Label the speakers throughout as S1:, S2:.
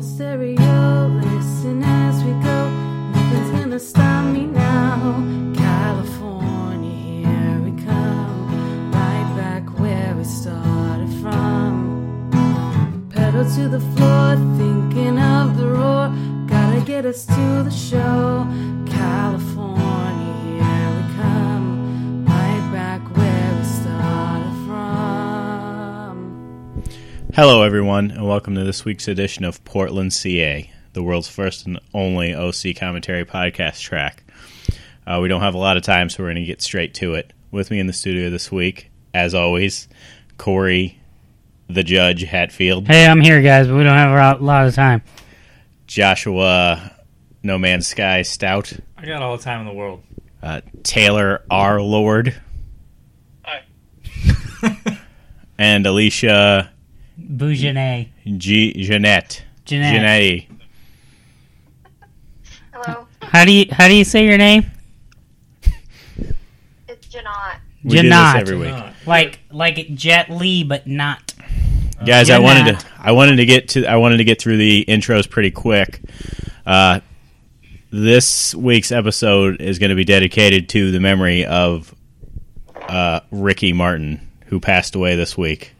S1: stereo. Listen as we go. Nothing's gonna stop me now. California, here we come. Right back where we started from. Pedal to the floor, thinking of the roar. Gotta get us to the show. California, here we come. Right back where we started from.
S2: Hello, everyone, and welcome to this week's edition of Portland CA, the world's first and only OC commentary podcast track. Uh, we don't have a lot of time, so we're going to get straight to it. With me in the studio this week, as always, Corey, the judge, Hatfield,
S3: Hey, I'm here, guys, but we don't have a lot- lot of time.
S2: Joshua, No Man's Sky, Stout,
S4: I got all the time in the world.
S2: uh, Taylor, R. Lord,
S5: Hi.
S2: and Alicia
S3: Bougenet.
S2: G. Jeanette.
S3: Jeanette.
S2: Jeanette.
S5: Hello,
S3: How do you how do you say your name?
S5: it's Janot.
S2: We do this
S3: Jeanette.
S2: every week.
S4: Not.
S3: Like like Jet Lee, but not.
S2: guys i
S3: You're
S2: wanted
S3: not.
S2: to i wanted to get to i wanted to get through the intros pretty quick uh, this week's episode is going to be dedicated to the memory of uh, ricky martin who passed away this week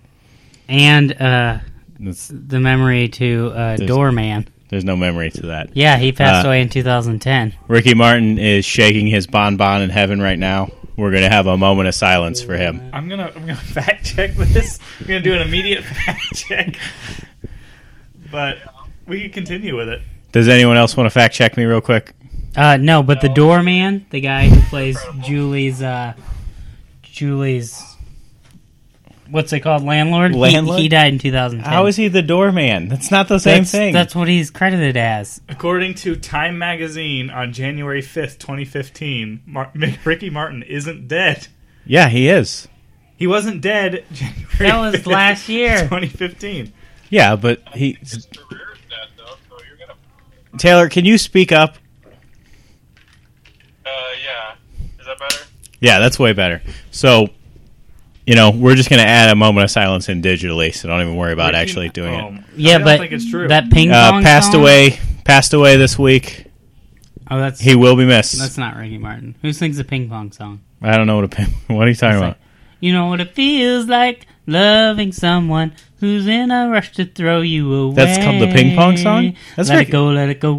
S3: And uh,
S2: That's-
S3: the memory to uh, Doorman.
S2: there's no memory to that
S3: Yeah, he passed
S2: Uh,
S3: away in 2010.
S2: ricky martin is shaking his bonbon in heaven right now we're going to have a moment of silence for him
S4: I'm gonna I'm gonna fact check this. I'm gonna do an immediate fact check. But we can continue with it.
S2: does anyone else want to fact check me real quick
S3: Uh, no, but the Doorman, the guy who plays Julie's uh, Julie's what's it called, landlord? He-
S2: Landlord?
S3: He, died in 2010.
S2: how is he the doorman that's not the same
S3: that's,
S2: thing
S3: That's what he's credited as.
S4: According to Time magazine on January 5th, 2015, Mar- Ricky Martin isn't dead.
S2: yeah he is
S4: He wasn't dead. January
S3: That was
S4: 5th,
S3: last year.
S4: 2015.
S2: yeah but he
S5: His career is dead, though, so you're gonna.
S2: taylor can you speak up
S5: Uh, yeah. Is that better?
S2: Yeah, that's way better. So, you know, we're just going to add a moment of silence in digitally, so don't even worry about
S4: Ricky-
S2: actually doing
S4: Oh,
S2: it.
S3: Yeah,
S4: I don't
S3: but
S4: think it's true.
S3: That ping
S2: Uh,
S3: pong
S2: passed
S3: song?
S2: away, passed away this week.
S3: Oh, that's
S2: He will be missed.
S3: That's not Ricky Martin. Who sings the ping pong song?
S2: I don't know what a pin. What are you talking
S3: It's
S2: about?
S3: like, you know what it feels like loving someone who's in a rush to throw you away.
S2: That's called the ping pong song? That's
S3: let
S2: Ricky-
S3: it go, let it go,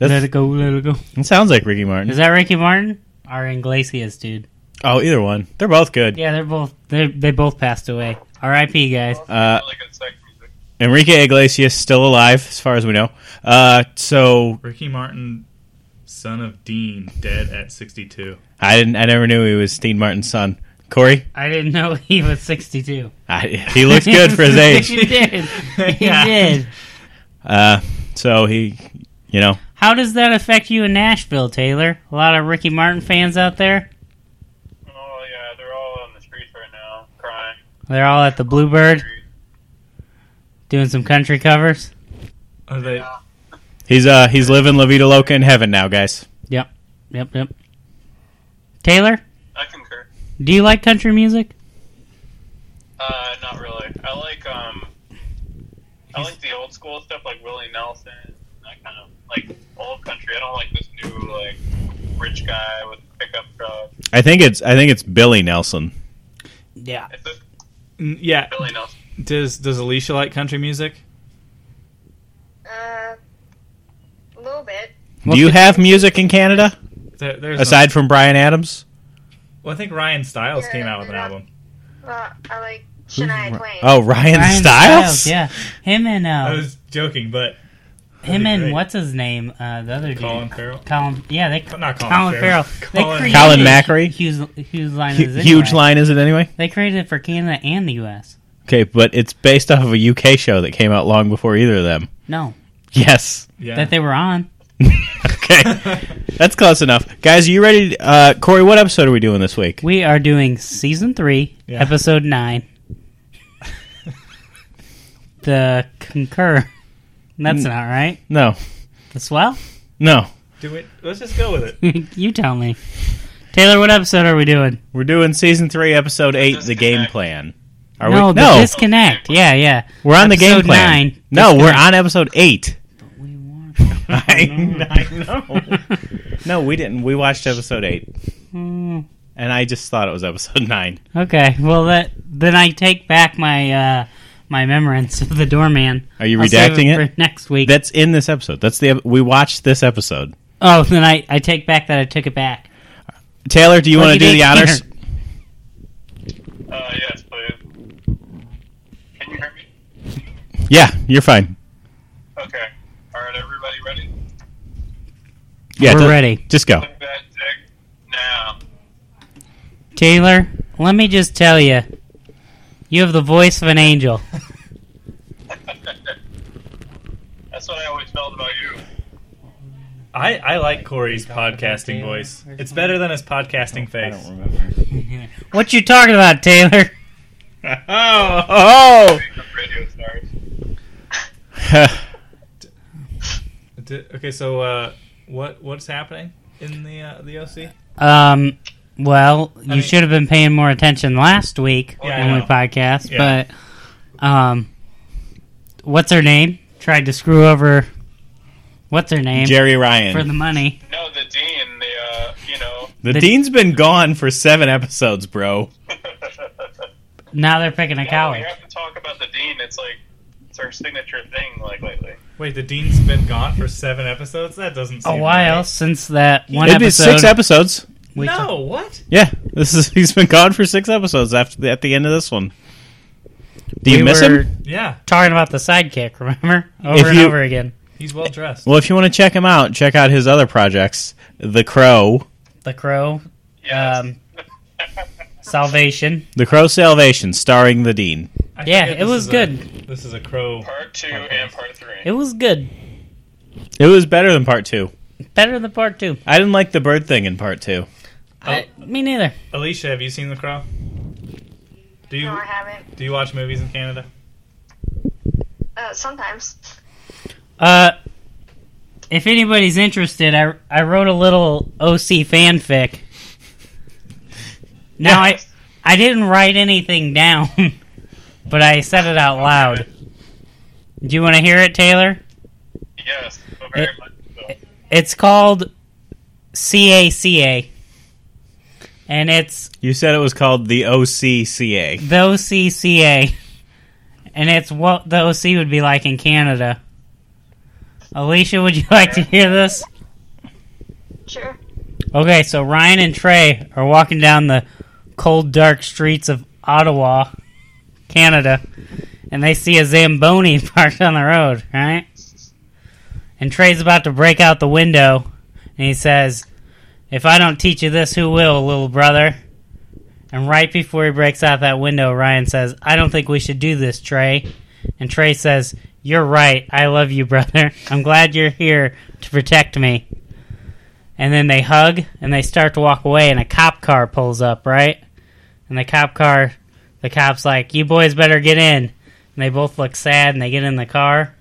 S3: let
S2: That's,
S3: it go, let it go.
S2: it sounds like Ricky Martin.
S3: Is that Ricky Martin or Iglesias, dude?
S2: Oh, either one. They're both good.
S3: Yeah, they're both they they both passed away. R.I.P. guys.
S2: Uh,
S5: really good sex music.
S2: Enrique Iglesias still alive, as far as we know. Uh, so
S4: Ricky Martin, son of Dean, dead at 62.
S2: I didn't. I never knew he was Dean Martin's son. Corey,
S3: I didn't know he was sixty-two.
S2: I, he looks good for his age.
S3: he did. He
S4: Yeah.
S3: did.
S2: Uh, so he, you know,
S3: How does that affect you in Nashville, Taylor? A lot of Ricky Martin fans out there.
S5: Oh yeah, they're all on the streets right now, crying.
S3: They're all at the Bluebird doing some country covers.
S4: Are they?
S5: Yeah.
S2: he's uh he's living La Vida Loca in heaven now, guys.
S3: Yep, yep, yep. Taylor,
S5: I concur.
S3: do you like country music?
S5: Uh, not really. I like um, I like the old school stuff, like Willie Nelson, that kind of like old country. I don't like this new like rich guy with a pickup truck.
S2: I think it's I think it's Billy Nelson.
S3: Yeah.
S5: It's a
S4: N- Yeah.
S5: Billy Nelson.
S4: Does Does Alicia like country music?
S6: Uh, a little bit.
S2: Do you have music in Canada
S4: There, there's no-
S2: aside from Brian Adams?
S4: well, I think Ryan Stiles came out with an album.
S6: Uh, I like Shania Twain.
S2: Oh, Ryan, Styles?
S3: Yeah, him and
S4: I
S3: uh,
S4: was joking, but
S3: him
S4: be
S3: and
S4: great.
S3: what's his name? Uh, the other
S4: Colin
S3: dude,
S4: Farrell.
S3: Colin. Yeah, they
S4: Not Colin
S3: Colin
S4: Farrell.
S3: Farrell.
S4: Colin-
S3: They
S2: Colin
S3: created
S2: Macri?
S3: Hughes, Hughes line
S2: Hu-
S3: is in
S2: huge
S3: Iraq.
S2: line, is it anyway?
S3: They created it for Canada and the U.S.
S2: Okay, but it's based off of a UK show that came out long before either of them.
S3: No,
S2: Yes.
S4: Yeah.
S3: that they were on.
S2: Okay, that's close enough, guys. Are you ready? Uh, Corey, what episode are we doing this week?
S3: We are doing season three,
S4: Yeah.
S3: episode nine. the concur. That's not right.
S2: No,
S3: The swell.
S2: no,
S4: Do it. Let's just go with it.
S3: you tell me. Taylor, what episode are we doing?
S2: we're doing season three, episode eight, the game plan. Are
S3: no,
S2: we?
S3: the
S2: No,
S3: disconnect. Yeah, yeah.
S2: we're on the game
S3: episode
S2: plan.
S3: nine.
S2: no, we're on episode eight. I, I know. no, we didn't. We watched episode eight,
S3: Hmm.
S2: and I just thought it was episode nine.
S3: Okay, well that then I take back my uh, my remembrance of the doorman.
S2: Are you
S3: I'll save
S2: redacting it?
S3: for next week?
S2: That's in this episode. That's the ep- we watched this episode.
S3: oh, then I, I take back that I took it back.
S2: Taylor, do you want to do the honors?
S5: Uh, yes, please. Can you hear me?
S2: Yeah, you're fine.
S5: Okay. All right, everybody ready?
S2: Yeah,
S3: We're
S2: ju-
S3: ready.
S2: Just go.
S5: Look that dick now.
S3: Taylor, let me just tell you, you have the voice of an angel.
S5: That's what I always felt about you.
S4: I, I like Corey's podcasting voice. It's better than his podcasting face.
S2: remember.
S3: What you talking about, Taylor?
S4: Oh,
S2: Oh.
S5: Become radio stars.
S4: D- okay. So uh, what what's happening in the uh, the OC?
S3: Um, well, you
S4: mean- Oh,
S3: should have been paying more attention last week
S4: Yeah, I
S3: when we
S4: know.
S3: podcast,
S4: Yeah.
S3: but um, what's her name? Tried to screw over. What's her name
S2: Jerry
S3: for the
S2: Ryan.
S3: money?
S5: No, the dean, the, uh, you know.
S2: The dean's been gone for seven episodes, bro.
S3: Now they're picking a
S5: Yeah, we
S3: coward.
S5: have to talk about the dean. It's like, it's her signature thing, like, lately.
S4: Wait, the dean's been gone for seven episodes. That doesn't seem
S3: A while
S4: Right.
S3: since that one
S2: It'd be
S3: episode.
S2: six episodes.
S3: we
S4: no, what?
S2: Yeah, this is he's been gone for six episodes after the, at the end of this one. Do you
S3: We
S2: miss
S3: were-
S2: him?
S4: Yeah,
S3: Talking about the sidekick, remember? Over
S2: If
S3: and
S2: you-
S3: over again.
S4: he's well dressed.
S2: Well, if you want to check him out, check out his other projects: The Crow,
S3: The Crow,
S5: Yes.
S3: um, Salvation.
S2: The Crow Salvation, starring the Dean.
S4: I
S3: yeah,
S4: forget
S3: it
S4: this
S3: was
S4: is a-
S3: good.
S4: this is a crow.
S5: part two
S4: podcast.
S5: and part three.
S3: It was good.
S2: It was better than part two.
S3: Better than part two.
S2: I didn't like the bird thing in part two.
S4: Oh.
S3: I, me neither.
S4: Alicia, have you seen the crow? Do you
S6: No, I haven't.
S4: do you watch movies in Canada?
S6: Uh, sometimes.
S3: Uh, if anybody's interested, I, I wrote a little OC fanfic. Now I I didn't write anything down, but I said it out loud. Do you want to hear it, Taylor?
S5: Yes, so very
S3: It-
S5: much so.
S3: It's called CACA, and it's
S2: You said it was called the OCCA.
S3: the OCCA, and it's what the OC would be like in Canada. Alicia, would you like to hear this?
S6: Sure.
S3: Okay, so Ryan and Trey are walking down the cold, dark streets of Ottawa, Canada, and they see a Zamboni parked on the road, right? And Trey's about to break out the window, and he says, If I don't teach you this, who will, little brother? And right before he breaks out that window, Ryan says, I don't think we should do this, Trey. And Trey says, You're right. I love you, brother. I'm glad you're here to protect me and then they hug and they start to walk away and a cop car pulls up right and the cop car the cop's like you boys better get in and they both look sad and they get in the car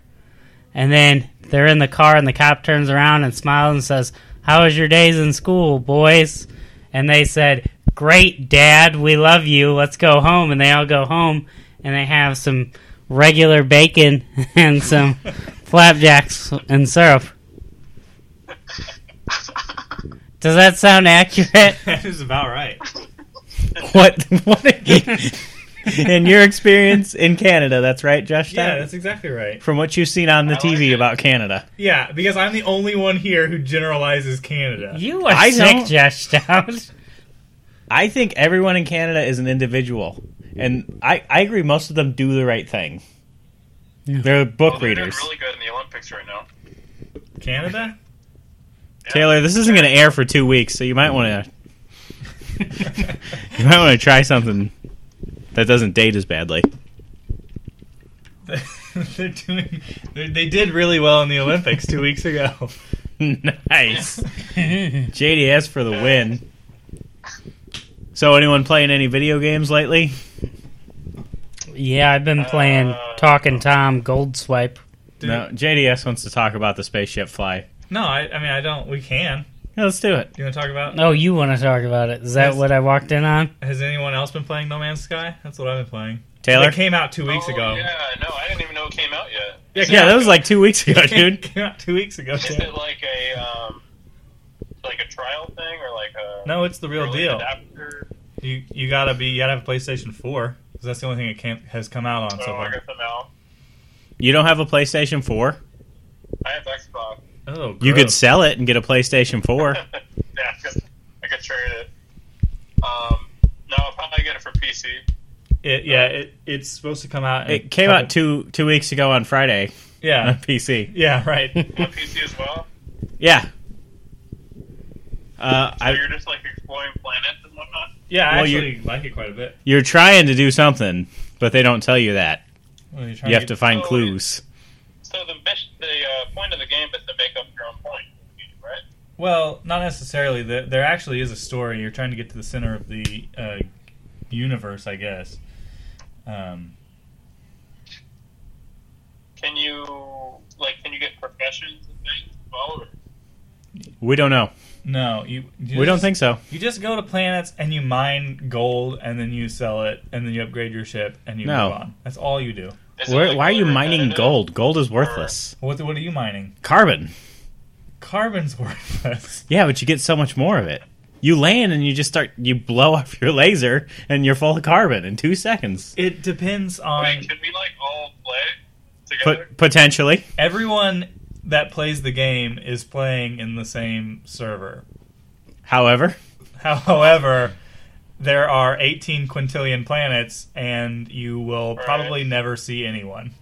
S3: and then they're in the car and the cop turns around and smiles and says how was your days in school boys and they said great dad we love you let's go home and they all go home and they have some regular bacon and some flapjacks and syrup does that sound accurate
S4: that is about right.
S2: What? What? in your experience in Canada, that's right, Josh.
S4: Yeah,
S2: Stein?
S4: that's exactly right.
S2: from what you've seen on the
S5: like
S2: TV
S5: it.
S2: about Canada.
S4: Yeah, because I'm the only one here who generalizes Canada.
S3: You are
S2: I
S3: sick,
S2: don't-
S3: Josh Stout.
S2: I think everyone in Canada is an individual, and I, I agree. Most of them do the right thing. They're book
S5: Well, they're doing
S2: readers.
S5: really good in the Olympics right now.
S4: Canada?
S5: Yeah.
S2: Taylor, this isn't going to air for two weeks, so you might want to you might want to try something that doesn't date as badly.
S4: they're doing. They they did really well in the Olympics two weeks ago.
S2: nice, JD asked for the win. So, anyone playing any video games lately?
S3: yeah, I've been playing
S5: Uh,
S3: Talking Tom Gold Swipe.
S4: Dude.
S2: No, JDS wants to talk about the spaceship fly.
S4: No, I, I mean I don't. We can.
S2: Yeah, let's do it.
S4: Do you want to talk about?
S3: Oh, you want to talk about it? Is that
S4: Yes.
S3: what I walked in on?
S4: Has anyone else been playing No Man's Sky? That's what I've been playing.
S2: Taylor,
S4: It came out two weeks
S5: Oh,
S4: ago.
S5: Yeah, no, I didn't even know it came out yet.
S2: Yeah, that was like two weeks ago, dude.
S4: Came out two weeks ago.
S5: Is
S4: Too.
S5: it like a um, like a trial thing or like a
S4: No, it's the real
S5: early
S4: deal.
S5: Adapter?
S4: You you gotta be you gotta have a PlayStation Four because that's the only thing it can has come out on so
S5: Oh, I
S4: far.
S5: got some out.
S2: You don't have a PlayStation 4?
S5: I have Xbox.
S4: Oh,
S2: You could
S4: gross.
S2: sell it and get a PlayStation 4.
S5: yeah, I could, I could trade it. Um, no, I'll probably get it for PC.
S4: It, yeah, it, it's supposed to come out. in a
S2: It came
S4: couple-
S2: out two two weeks ago on Friday on
S4: Yeah,
S2: PC.
S4: yeah, right.
S5: On PC as well.
S2: Yeah. Uh,
S5: So
S2: I,
S5: you're just like exploring planets and whatnot.
S4: Yeah, I
S2: Well, you-
S4: actually like it quite a bit.
S2: you're trying to do something, but they don't tell you that.
S4: Well, you're trying
S2: You have to
S4: get-
S2: find
S5: Oh,
S2: clues.
S5: So the mission, the uh, point of the game is to make up your own point, right?
S4: Well, not necessarily. The, there actually is a story. You're trying to get to the center of the uh, universe, I guess. Um,
S5: Can you like can you get professions and things? as Well, or
S2: We don't know.
S4: no, you. you
S2: We don't
S4: just-
S2: think so.
S4: You just go to planets and you mine gold, and then you sell it, and then you upgrade your ship, and you
S2: No.
S4: move on. That's all you do.
S5: is it,
S2: Where,
S5: like,
S2: why are you
S5: really
S2: mining
S5: repetitive?
S2: gold? Gold is worthless.
S4: What what are you mining?
S2: Carbon.
S4: Carbon's worthless.
S2: Yeah, but you get so much more of it. You land and you just start, you blow up your laser and you're full of carbon in two seconds.
S4: It depends
S5: Wait,
S4: on
S5: can we like all play together?
S2: Pot- potentially.
S4: everyone that plays the game is playing in the same server.
S2: However,
S4: However, there are 18 quintillion planets, and you will
S5: Right.
S4: probably never see anyone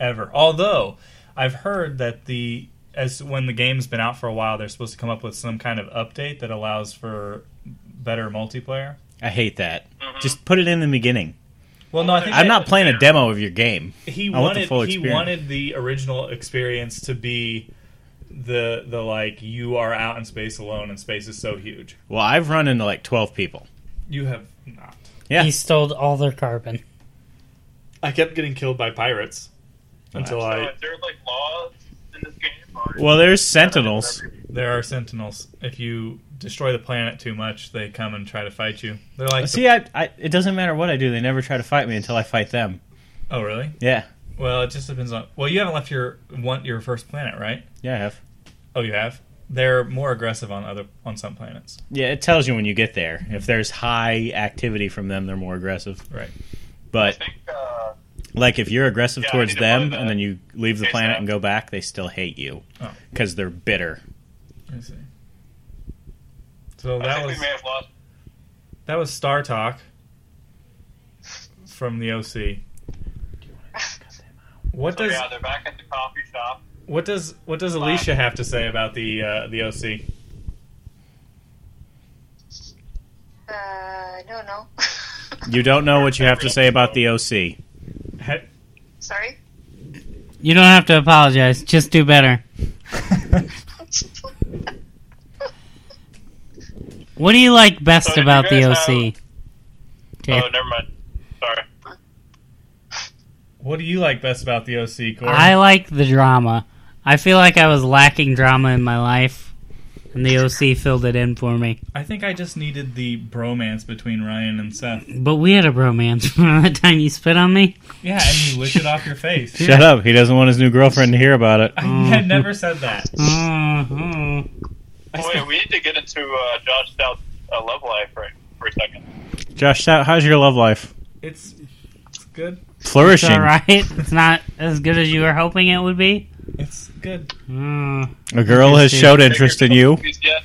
S4: ever. Although I've heard that the as when the game's been out for a while, they're supposed to come up with some kind of update that allows for better multiplayer.
S2: I hate that.
S5: Mhm.
S2: Just put it in the beginning.
S4: Well, no, I think
S2: I'm
S4: that-
S2: not playing a demo of your game.
S4: He
S2: I want the
S4: wanted
S2: full
S4: he
S2: experience.
S4: wanted the original experience to be the the like you are out in space alone, and space is so huge.
S2: Well, I've run into like 12 people.
S4: You have not.
S2: Yeah.
S3: He stole all their carbon.
S4: I kept getting killed by pirates until
S5: So
S4: I.
S5: is there like laws in this game? Or
S2: Well, there's sentinels.
S4: There are sentinels. If you destroy the planet too much, they come and try to fight you. They're like,
S2: See, I, I, it doesn't matter what I do. They never try to fight me until I fight them.
S4: oh really?
S2: Yeah.
S4: Well, it just depends on. Well, you haven't left your one your first planet, right?
S2: Yeah, I have.
S4: Oh, you have. They're more aggressive on other on some planets,
S2: Yeah, it tells you when you get there. If there's high activity from them, they're more aggressive.
S4: right?
S5: I
S2: But
S5: think uh,
S2: like if you're aggressive
S5: Yeah, I
S2: towards
S5: need to buy
S2: them
S5: that.
S2: and then you leave the
S5: Okay,
S2: planet
S5: so-
S2: and go back, they still hate you
S4: Oh.
S2: because they're bitter.
S4: I see. So
S5: I
S4: that
S5: think
S4: was
S5: we may have lost.
S4: that was Star Talk from the OC. What
S5: So,
S4: does
S5: Oh, yeah, they're back at the coffee shop.
S4: what does what does Alicia have to say about the uh, the OC?
S6: Uh, no, no.
S2: You don't know what you have to say about the OC.
S4: He-
S6: Sorry.
S3: You don't have to apologize. Just do better. What do you like best
S5: So did you
S3: about the
S5: guys
S3: OC? Okay.
S5: Oh, never mind. Sorry.
S4: What do you like best about the OC, Corey?
S3: I like the drama. I feel like I was lacking drama in my life, and the OC filled it in for me.
S4: I think I just needed the bromance between Ryan and Seth.
S3: But we had a bromance from the time you spit on me.
S4: Yeah, and you lick it off your face.
S2: Shut up. He doesn't want his new girlfriend to hear about it.
S4: I had never said that.
S3: Uh-huh.
S4: I
S5: Wait,
S4: said-
S5: Oh, we need to get into uh, Josh Stout's uh, love life right, for a second.
S2: Josh, how- how's your love life?
S4: It's, it's good.
S3: It's
S2: Flourishing.
S3: all right. It's not as good as you were hoping it would be.
S4: It's good.
S3: Uh,
S2: A girl has
S3: Interesting.
S2: showed interest in you.
S5: Yeah.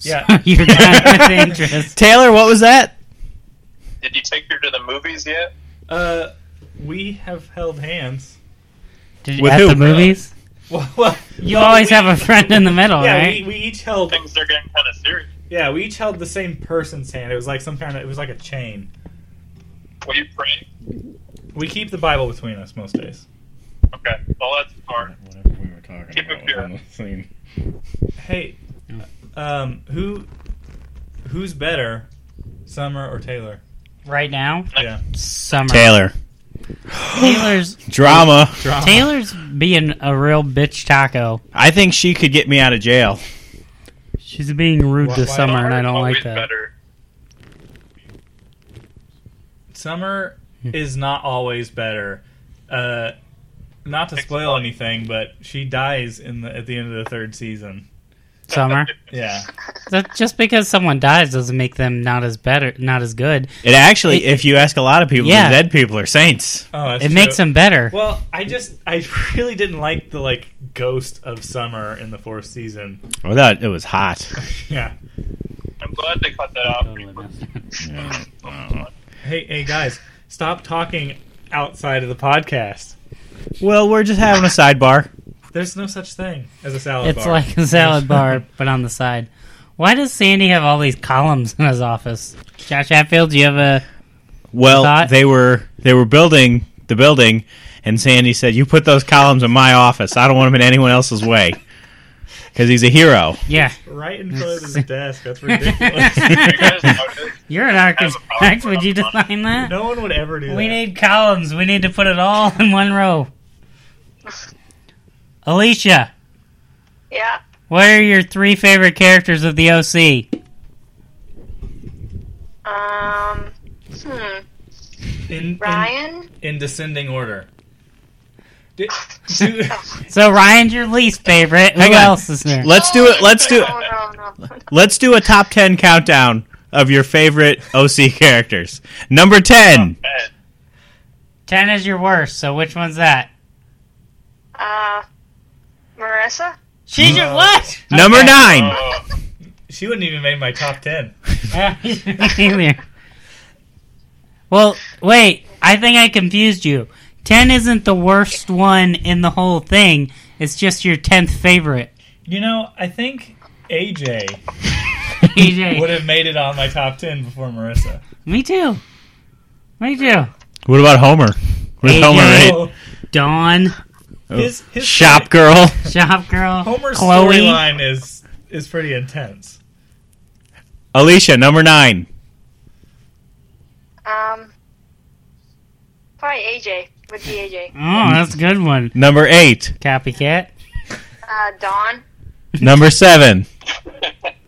S4: Yeah.
S3: you're done with interest.
S2: Taylor, what was that?
S5: Did you take her to the movies yet?
S4: Uh, we have held hands.
S3: Did you
S2: With
S3: at
S2: who?
S3: the movies?
S4: Well, well,
S3: You always have a friend in the middle,
S4: yeah,
S3: right?
S4: we, we each held.
S5: Things are getting kind of serious.
S4: Yeah, we each held the same person's hand. It was like some kind of. It was like a chain.
S5: Will you pray?
S4: We keep the Bible between us most days.
S5: Okay. Well, that's smart.
S2: Whatever we were talking
S5: Keep it pure.
S4: Hey, um, who, who's better, Summer or Taylor?
S3: Right now,
S4: Yeah,
S3: summer.
S2: Taylor.
S3: Taylor's
S2: Drama.
S4: drama.
S3: Taylor's being a real bitch taco.
S2: I think she could get me out of jail.
S3: She's being rude
S4: Why-
S3: to
S4: why
S3: Summer, and I don't
S5: Always
S3: like that.
S5: Better.
S4: Summer is not always better. Uh, not to spoil anything, but she dies in the at the end of the third season.
S3: Summer.
S4: Yeah,
S3: That just because someone dies doesn't make them not as better, not as good.
S2: It actually, if you ask a lot of people,
S3: Yeah.
S2: the dead people are saints.
S4: oh, that's
S3: it makes
S4: true.
S3: them better.
S4: Well, I just I really didn't like the like ghost of summer in the fourth season.
S2: I thought it was hot.
S4: Yeah.
S5: I'm glad they cut that out.
S2: Yeah, I don't know.
S4: Hey, hey guys, stop talking outside of the podcast.
S2: Well, we're just having a sidebar.
S4: There's no such thing as a salad
S3: it's
S4: bar.
S3: like a salad bar, but on the side. Why does Sandy have all these columns in his office? Josh Hatfield, do you have a?
S2: Well,
S3: Thought-
S2: they were they were building the building, and Sandy said, "You put those columns in my office. I don't want them in anyone else's way." Because he's a hero.
S3: Yeah,
S4: right in front of his desk. That's ridiculous.
S5: You guys noticed?
S3: you're an architect. Would you design that?
S4: no one would ever do
S3: We
S4: that.
S3: need columns. We need to put it all in one row. Alicia,
S6: Yeah.
S3: what are your three favorite characters of the OC?
S6: Um. Hmm.
S4: in, in
S6: Ryan.
S4: in descending order. Do- do-
S3: So Ryan's your least favorite. Who
S2: Hang on.
S3: else is there?
S2: Let's do it. Let's do
S6: Oh no no.
S2: let's do a top ten countdown of your favorite OC characters. Number ten.
S5: Ed,
S3: Ten is your worst. So which one's that?
S6: Uh. Marissa.
S3: She's your what?
S2: Number
S3: Okay.
S2: nine.
S5: oh,
S4: she wouldn't even make my top ten.
S3: Failure. well, wait. I think I confused you. Ten isn't the worst one in the whole thing. It's just your tenth favorite.
S4: You know, I think AJ would
S3: AJ.
S4: have made it on my top ten before Marissa.
S3: Me too. Me too.
S2: What about Homer? Where's
S3: Hey,
S2: Homer?
S3: Hey.
S2: Right?
S4: Oh,
S3: Dawn, Oh.
S4: his his
S2: Shop girl.
S3: Shop Girl,
S4: Homer's
S3: Chloe.
S4: storyline is is pretty intense.
S2: Alicia, number nine.
S6: Um. Probably AJ. Would be AJ.
S3: Oh, that's a good one.
S2: Number eight.
S3: Copycat.
S6: Uh. Dawn.
S2: Number seven.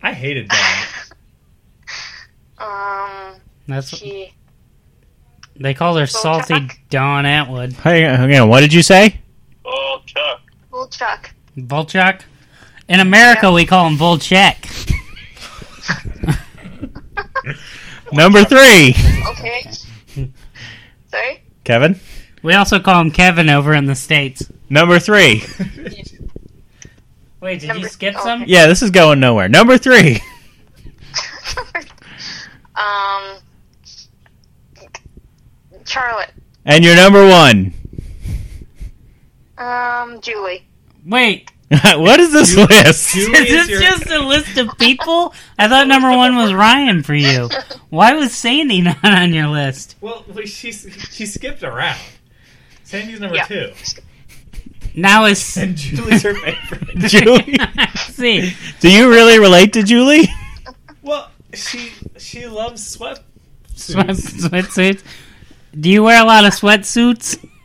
S4: I hated Dawn.
S6: Um.
S3: That's
S6: She.
S3: they call her salty Dawn Atwood.
S2: Hang on, hang on, What did you say?
S5: oh, Chuck.
S6: Bull Chuck.
S3: Volchak. In America, we call him Volchek.
S2: Number three.
S6: Okay. Sorry.
S2: Kevin.
S3: We also call him Kevin over in the states.
S2: Number three.
S3: Wait, did you
S6: Number-
S3: skip
S6: oh,
S3: some?
S6: okay.
S2: Yeah, this is going nowhere. Number three.
S6: um. Charlotte.
S2: And your number one.
S6: Um. Julie.
S3: Wait,
S2: what is this list?
S4: Julie
S3: is
S4: is
S3: this
S4: your,
S3: just a list of people? I thought number one was Ryan for you. Why was Sandy not on your list?
S4: well, we- she she skipped around. Sandy's number
S6: Yeah.
S4: two,
S3: Now is
S4: and Julie's her favorite.
S2: Julie.
S3: see
S2: Do you really relate to Julie?
S4: Well, she she loves sweat.
S3: sweat, sweatsuits. Do you wear a lot of sweatsuits?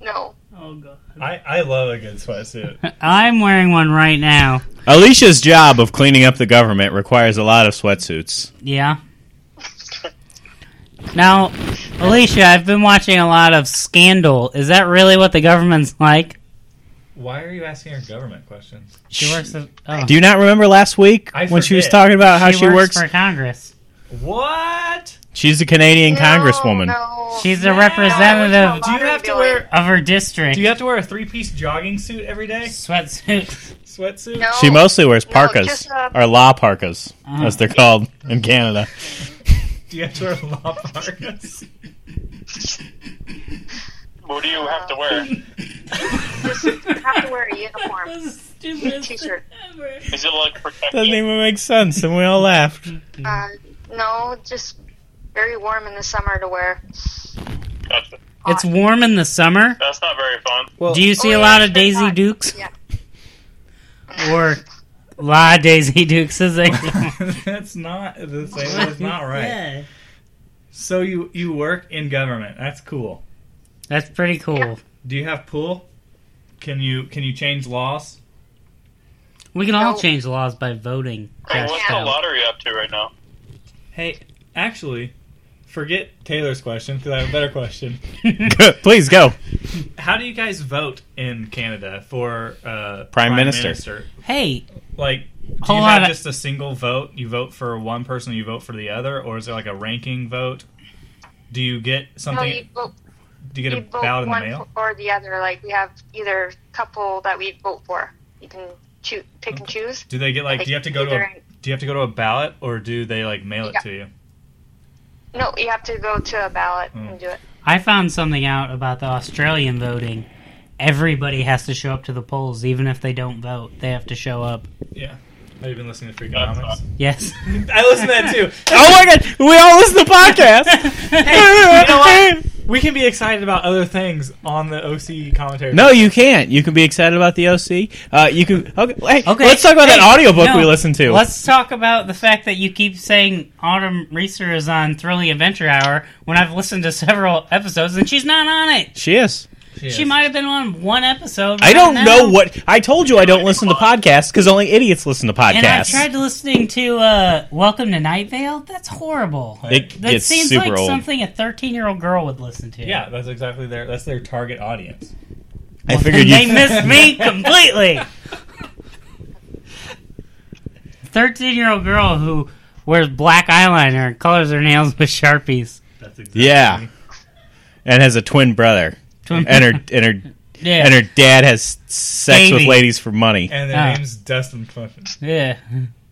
S6: No.
S3: Oh god,
S4: I, I love a good sweatsuit.
S3: I'm wearing one right now.
S2: Alicia's job of cleaning up the government requires a lot of sweatsuits.
S3: Yeah. Now, Alicia, I've been watching a lot of Scandal. Is that really what the government's like?
S4: Why are you asking her government questions?
S3: She works. As, oh.
S2: Do you not remember last week
S4: I
S2: when she was
S4: forget.
S2: talking about how she, works?
S3: for Congress.
S4: What?
S2: She's a Canadian congresswoman.
S6: No.
S3: She's
S4: Yeah.
S3: a representative
S4: Do you have to wear?
S3: of her district.
S4: Do you have to wear a three-piece jogging suit every day?
S3: Sweatsuit.
S4: Sweatsuit.
S6: No.
S2: She mostly wears parkas
S6: just, uh,
S2: or law parkas, as they're called in Canada.
S4: Do you have to wear law parkas?
S5: What do you have to wear?
S6: You have to wear a uniform. T-shirt.
S5: Is it like
S2: Doesn't
S5: protective?
S2: even make sense, and we all laughed.
S6: Uh, no, just very warm in the summer to wear.
S5: That's,
S3: It's warm in the summer.
S5: that's not very fun.
S4: Well,
S3: Do you see
S6: Oh,
S3: a
S6: yeah,
S3: lot
S6: it's
S3: of
S6: been
S3: Daisy
S6: hot.
S3: Dukes?
S6: Yeah.
S3: Or La Daisy Dukes, as they call
S4: that's not the same. That's not right.
S3: Yeah.
S4: So you you work in government. That's cool.
S3: That's pretty cool.
S6: Yeah.
S4: Do you have pool? Can you can you change laws?
S3: We can all
S6: No.
S3: change laws by voting.
S5: Hey,
S3: Josh
S5: what's the
S3: Bell.
S5: lottery up to right now?
S4: Hey, actually, forget Taylor's question because I have a better question.
S2: Please go.
S4: How do you guys vote in Canada for uh,
S2: Prime Minister.
S3: Hey,
S4: Like, do
S3: Hold
S4: you
S3: on.
S4: have just a single vote? You vote for one person, you vote for the other, or is there like a ranking vote? Do you get
S6: No, you
S4: something?
S6: vote,
S4: Do you
S6: you
S4: get a
S6: vote
S4: ballot in the
S6: one
S4: mail?
S6: or the other. Like we have either couple that we vote for. You can choose, pick and choose.
S4: Do they get like?
S6: Like,
S4: Do you have to go to?
S6: either
S4: A,
S6: in-
S4: do you have to go to a ballot, or do they like mail it
S6: Yeah.
S4: to you?
S6: No, you have to go to a ballot
S4: Mm.
S6: and do it.
S3: I found something out about the Australian voting. Everybody has to show up to the polls, even if they don't vote. They have to show up.
S4: Yeah. Have you been listening to Freakonomics?
S3: Yes.
S4: I listen to that too.
S2: Oh my god, we all listen to podcasts.
S4: Hey, you know what? We can be excited about other things on the OC commentary.
S2: No, you can't. You can be excited about the OC. Uh, you can. Okay, hey,
S3: Okay.
S2: let's talk about that
S3: Hey,
S2: audiobook
S3: no.
S2: we listened to.
S3: Let's talk about the fact that you keep saying Autumn Reeser is on Thrilling Adventure Hour when I've listened to several episodes and she's not on it.
S2: she is.
S3: She might have been on one episode.
S2: I
S3: right
S2: don't
S3: now.
S2: know what. I told you I don't listen to podcasts because only idiots listen to
S3: And I
S2: podcasts.
S3: tried listening to uh, Welcome to Night Vale. That's horrible.
S2: it
S3: That
S2: gets
S3: seems
S2: super
S3: like
S2: old.
S3: something a 13 year old girl would listen to.
S4: Yeah, that's exactly their that's their target audience.
S2: I figured
S3: They
S2: you.
S3: missed me completely. 13 year old girl who wears black eyeliner and colors her nails with Sharpies.
S4: That's exactly
S2: Yeah, and has a twin brother,
S3: Twin-
S2: and her and her
S3: Yeah.
S2: and her dad has sex
S3: Baby.
S2: with ladies for money.
S4: And their
S3: Ah.
S4: name's Dustin Clifton.
S3: Yeah.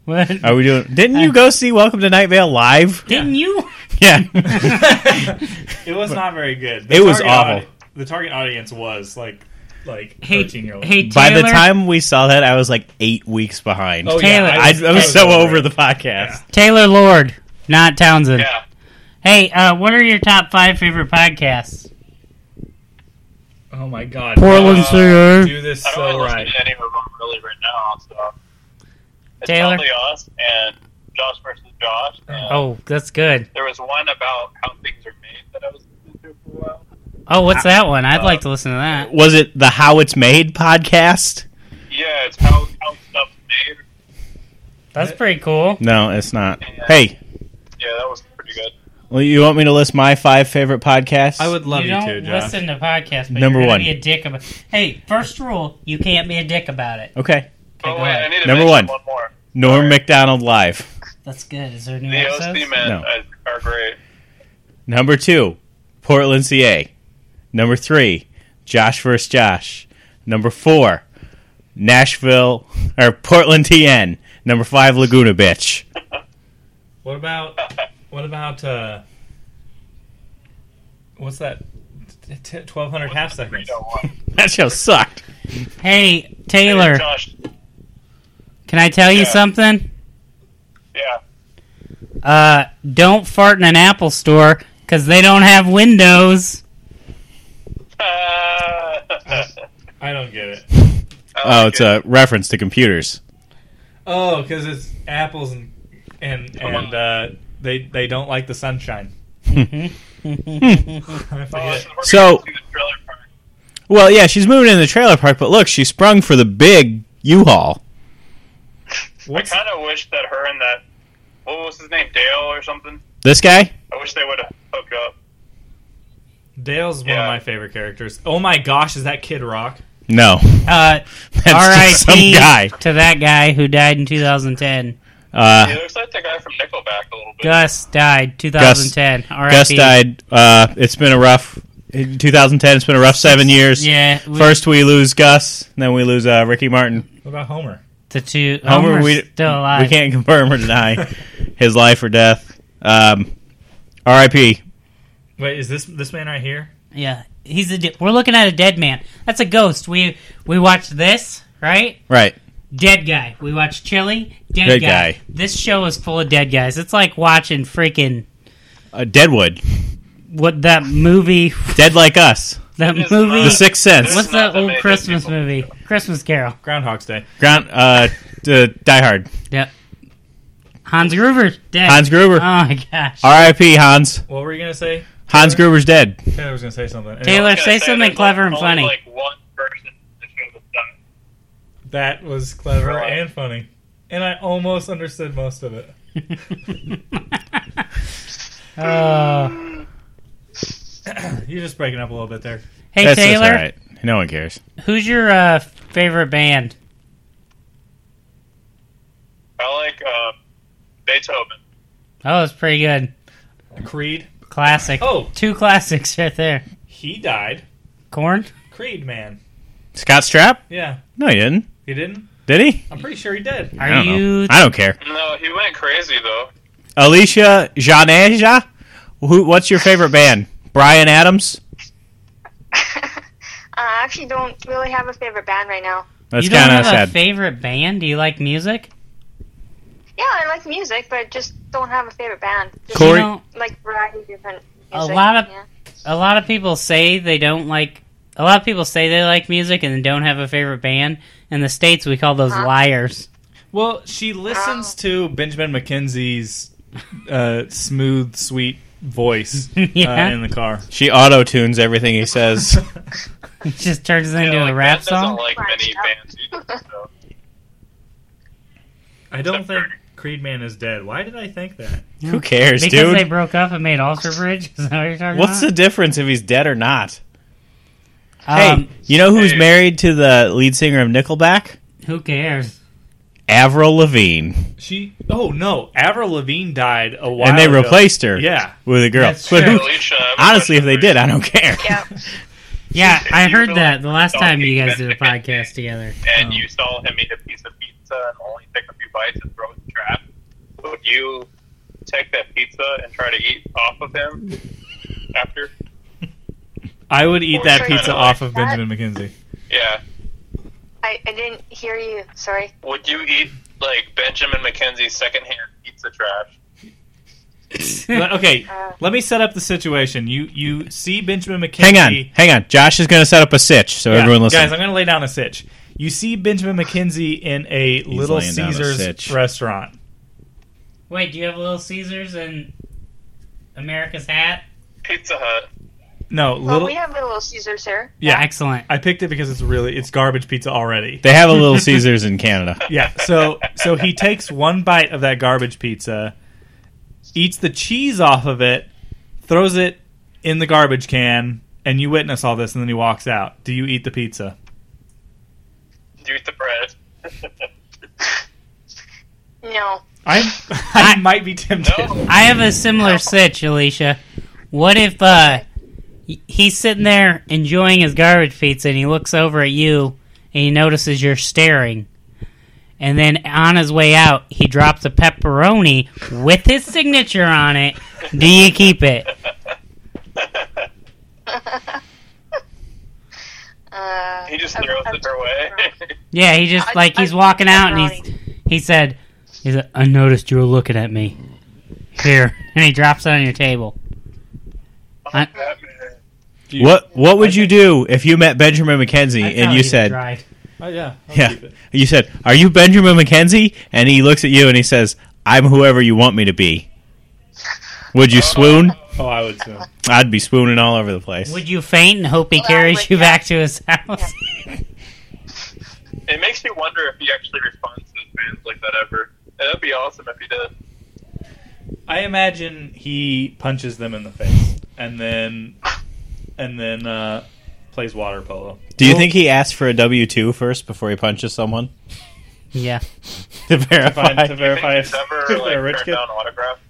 S3: What?
S2: Are we doing? Didn't
S3: Uh.
S2: you go see Welcome to Night Vale live?
S3: Didn't you?
S2: Yeah.
S4: it was not very good. The
S2: It was
S4: target
S2: awful.
S4: audi- the target audience was like like
S3: Hey,
S4: thirteen year old.
S3: hey, Taylor.
S2: By the time we saw that, I was like eight weeks behind.
S4: Oh,
S3: Taylor.
S2: I, I was so over the podcast.
S3: Taylor Lord, not Townsend.
S5: Yeah.
S3: Hey, uh, what are your top five favorite podcasts?
S4: Oh my god.
S3: Portland
S4: Uh,
S3: Sewer.
S4: Do this
S5: I don't
S4: so
S5: really
S4: right.
S5: listen to any of them really right now, so it's
S3: Taylor?
S5: probably us and Josh versus Josh. And
S3: Oh, that's good.
S5: There was one about how things are made that I was listening to for a while.
S3: Oh, what's that one? I'd
S5: Uh,
S3: like to listen to that.
S2: Was it the How It's Made podcast?
S5: Yeah, it's how how stuff's made.
S3: That's pretty cool.
S2: No, it's not. Hey,
S5: Yeah, that was pretty good.
S2: well, you want me to list my five favorite podcasts?
S4: I would love
S3: you
S4: you,
S3: don't
S4: too, Josh.
S3: listen to podcasts, but
S2: Number
S3: you're
S2: one.
S3: gonna be a dick about. Hey, first rule: you can't be a dick about it.
S2: Okay,
S5: Oh
S3: go
S5: wait,
S3: ahead.
S5: I need to
S2: Number one.
S5: mention one more.
S2: Norm Macdonald live.
S3: That's good. Is there new
S5: The
S3: episodes?
S5: OC men
S2: No.
S5: uh, are great.
S2: Number two, Portland, CA. Number three, Josh vs. Josh. Number four, Nashville or Portland, TN. Number five, Laguna Bitch.
S4: What about what about uh what's that? Twelve hundred half seconds.
S5: Burrito one.
S2: That show sucked.
S3: Hey,
S5: Hey,
S3: Taylor,
S5: Josh.
S3: can I tell you
S5: Yeah.
S3: something?
S5: Yeah.
S3: Uh, don't fart in an Apple store because they don't have windows.
S5: Uh,
S4: I don't get it.
S5: I
S2: Oh,
S5: like
S2: it's
S5: it.
S2: a reference to computers.
S4: Oh, because it's apples and and and uh, they they don't like the sunshine. Uh, I
S5: Oh,
S4: forget.
S5: this is where
S2: So-
S5: we can see the trailer park.
S2: Well, yeah, she's moving in the trailer park, but look, she sprung for the big U-Haul.
S4: What's
S5: kind of wish that her and that what was his name Dale or something.
S2: This guy?
S5: I wish they would have hooked up.
S4: Dale's one
S5: Yeah.
S4: of my favorite characters. Oh my gosh, is that Kid Rock?
S2: No,
S3: Uh,
S2: that's just some
S3: R.I.P.
S2: guy.
S3: to that guy who died in 2010.
S2: Uh,
S5: He looks like the guy from Nickelback a little bit.
S3: Gus died 2010. R.I.P.
S2: Gus died. Uh, it's been a rough 2010. It's been a rough seven years.
S3: Yeah, we-
S2: First we lose Gus, then we lose uh, Ricky Martin.
S4: What about Homer?
S3: the two.
S2: Homer,
S3: Homer's
S2: we
S3: still alive.
S2: We can't confirm or deny his life or death. Um, R.I.P.
S4: Wait, is this this man right here?
S3: Yeah, he's a. De- we're looking at a dead man. That's a ghost. We we watched this right.
S2: Right.
S3: Dead guy. We watched Chili. Dead,
S2: Dead
S3: guy.
S2: guy.
S3: This show is full of dead guys. It's like watching freaking
S2: Uh, Deadwood.
S3: what that movie.
S2: Dead like us.
S3: That
S5: It is
S3: movie.
S5: not-
S2: The Sixth Sense.
S5: It's
S3: What's that
S5: not that
S3: old
S5: many dead
S3: Christmas
S5: people.
S3: movie? Christmas Carol.
S4: Groundhog's Day.
S2: Ground. Uh, d- Die Hard.
S3: Yep. Hans Gruber's dead.
S2: Hans Gruber.
S3: Oh my gosh.
S2: R.I.P. Hans.
S4: What were you gonna say?
S2: Hans Gruber's dead.
S4: Taylor was gonna say something.
S3: Taylor,
S5: Yeah,
S3: say
S5: there's
S3: something
S5: like
S3: clever and
S5: only,
S3: funny.
S5: Like one person that should have done it.
S4: That was clever
S5: Right.
S4: and funny, and I almost understood most of it.
S3: Oh.
S4: You're just breaking up a little bit there.
S3: Hey
S2: that's, that's
S3: Taylor,
S2: all right. No one cares.
S3: who's your uh, favorite band?
S5: I like uh, Beethoven.
S3: Oh, it's pretty good.
S4: Creed.
S3: Classic.
S4: Oh.
S3: two classics right there.
S4: He died.
S3: Corn.
S4: Creed, man.
S2: Scott Strapp?
S4: Yeah.
S2: No, he didn't.
S4: He didn't?
S2: Did he?
S4: I'm pretty sure he did.
S2: I
S3: Are
S2: don't know.
S3: you?
S2: I don't care.
S5: No, he went crazy though.
S2: Alicia Janeja? Who? What's your favorite band? Brian Adams?
S6: Uh, I actually don't really have a favorite band right now.
S2: That's
S3: you don't
S2: kind
S3: have
S2: of
S3: a
S2: sad.
S3: favorite band? Do you like music?
S6: Yeah, I like music, but just don't have a favorite band. Just
S2: Corey-
S3: You know,
S6: like variety of different
S3: A
S6: music.
S3: lot of-
S6: yeah.
S3: a lot of people say they don't like. A lot of people say they like music and don't have a favorite band. In the states, we call those
S5: Uh-huh.
S6: Huh?
S3: liars.
S4: Well, she listens to Benjamin McKenzie's uh, smooth, sweet voice uh,
S3: Yeah.
S4: in the car.
S2: She auto tunes everything he says.
S3: It just turns it into
S5: Yeah,
S3: a
S5: like,
S3: rap
S5: that doesn't
S3: song.
S5: like many bands either, so.
S4: I don't think Creedman is dead. Why did I think that?
S2: Who cares,
S3: because
S2: dude?
S3: they broke up and made Alter Bridge. Is that what you're talking
S2: What's the
S3: about?
S2: difference if he's dead or not?
S3: Um,
S2: hey, you know who's
S5: Hey.
S2: married to the lead singer of Nickelback?
S3: who cares?
S2: Avril Lavigne,
S4: She. Oh no, Avril Lavigne died a while.
S2: and they
S4: ago.
S2: replaced her.
S4: Yeah.
S2: with a girl.
S3: That's
S2: But
S3: true.
S2: who,
S5: Alicia, I have a
S2: honestly, if
S5: question
S2: they
S5: for
S2: did,
S5: you.
S2: I don't care.
S6: Yeah.
S3: Yeah,
S5: If
S3: I
S5: you
S3: hered
S5: don't
S3: that the last
S5: talk
S3: time you
S5: to
S3: guys did a
S5: Benjamin
S3: podcast together.
S5: and
S3: Oh.
S5: you saw him eat a piece of pizza and only take a few bites and throw it in the trap, would you take that pizza and try to eat off of him after?
S4: I would eat that
S5: Sure.
S4: pizza off of
S6: That-
S4: Benjamin McKenzie.
S5: Yeah.
S6: I, I didn't hear you. Sorry.
S5: Would you eat like Benjamin McKenzie's secondhand pizza trash?
S4: Le- okay,
S6: Uh,
S4: let me set up the situation. You you see Benjamin McKenzie.
S2: Hang on, hang on. Josh is going to set up a sitch, so
S4: Yeah,
S2: everyone listen.
S4: Guys, I'm going to lay down a sitch. You see Benjamin McKenzie in a Little
S2: laying down a
S4: Caesars
S2: sitch.
S4: restaurant.
S3: Wait, do you have Little Caesars and America's Hat?
S5: Pizza Hut.
S4: No,
S6: well,
S4: little.
S6: we have Little Caesars here.
S4: yeah,
S3: excellent.
S4: I picked it because it's really it's garbage pizza already.
S2: they have a Little Caesars in Canada.
S4: Yeah. So so he takes one bite of that garbage pizza, eats the cheese off of it, throws it in the garbage can, and you witness all this, and then he walks out. Do you eat the pizza?
S5: Do you eat the bread?
S6: No.
S4: I I, might be tempted.
S5: no.
S3: I have a similar sitch, Alicia. What if uh, y- he's sitting there enjoying his garbage pizza and he looks over at you and he notices you're staring? And then on his way out, he drops a pepperoni with his signature on it. Do you keep it?
S6: Uh,
S5: He just
S6: I-
S5: throws
S6: I-
S5: it her way.
S3: Yeah, he just
S6: I-
S3: like
S6: I-
S3: he's walking out and he's he said he said I noticed you were looking at me. Here, and he drops it on your table. I-
S4: You-
S2: What What would you do if you met Benjamin McKenzie and you said,
S4: Oh yeah. I'll
S2: "Yeah,"
S4: keep it.
S2: you said, "Are you Benjamin McKenzie?" And he looks at you and he says, "I'm whoever you want me to be." Would you swoon?
S4: Oh, I would too.
S2: I'd be spooning all over the place.
S3: would you faint and hope he
S6: Well, that
S3: carries
S6: would-
S3: you back to his house?
S5: It makes me wonder if he actually responds to his fans like that ever. It would be awesome if he did.
S4: I imagine he punches them in the face and then and then uh, plays water polo.
S2: Do you think he asked for a W two first before he punches someone
S3: Yeah.
S2: to verify?
S4: Find- to verify
S5: Think
S4: if
S5: he's ever
S4: if they're a
S5: like
S4: rich
S5: turned
S4: kid.
S5: down autograph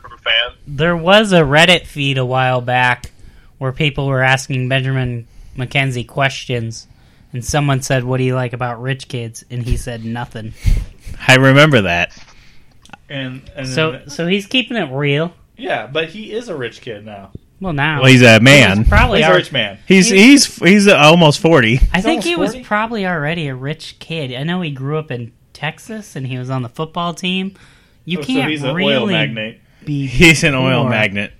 S5: from fans.
S3: There was a Reddit feed a while back where people were asking Benjamin McKenzie questions and someone said, What do you like about rich kids? and he said nothing.
S2: I remember that.
S4: And, and
S3: So
S4: then-
S3: so he's keeping it real.
S4: yeah, but he is a rich kid now.
S3: Well now
S2: Well, he's a man.
S3: He's probably
S4: He's a
S3: our-
S4: rich man.
S2: He's he's he's almost forty.
S3: I think
S4: almost
S3: he was
S4: 40.
S3: probably already a rich kid. I know he grew up in Texas and he was on the football team. You
S4: Oh,
S3: can't
S4: so he's an
S3: really
S4: oil magnate.
S3: be
S2: He's an oil
S3: Sure.
S2: magnet.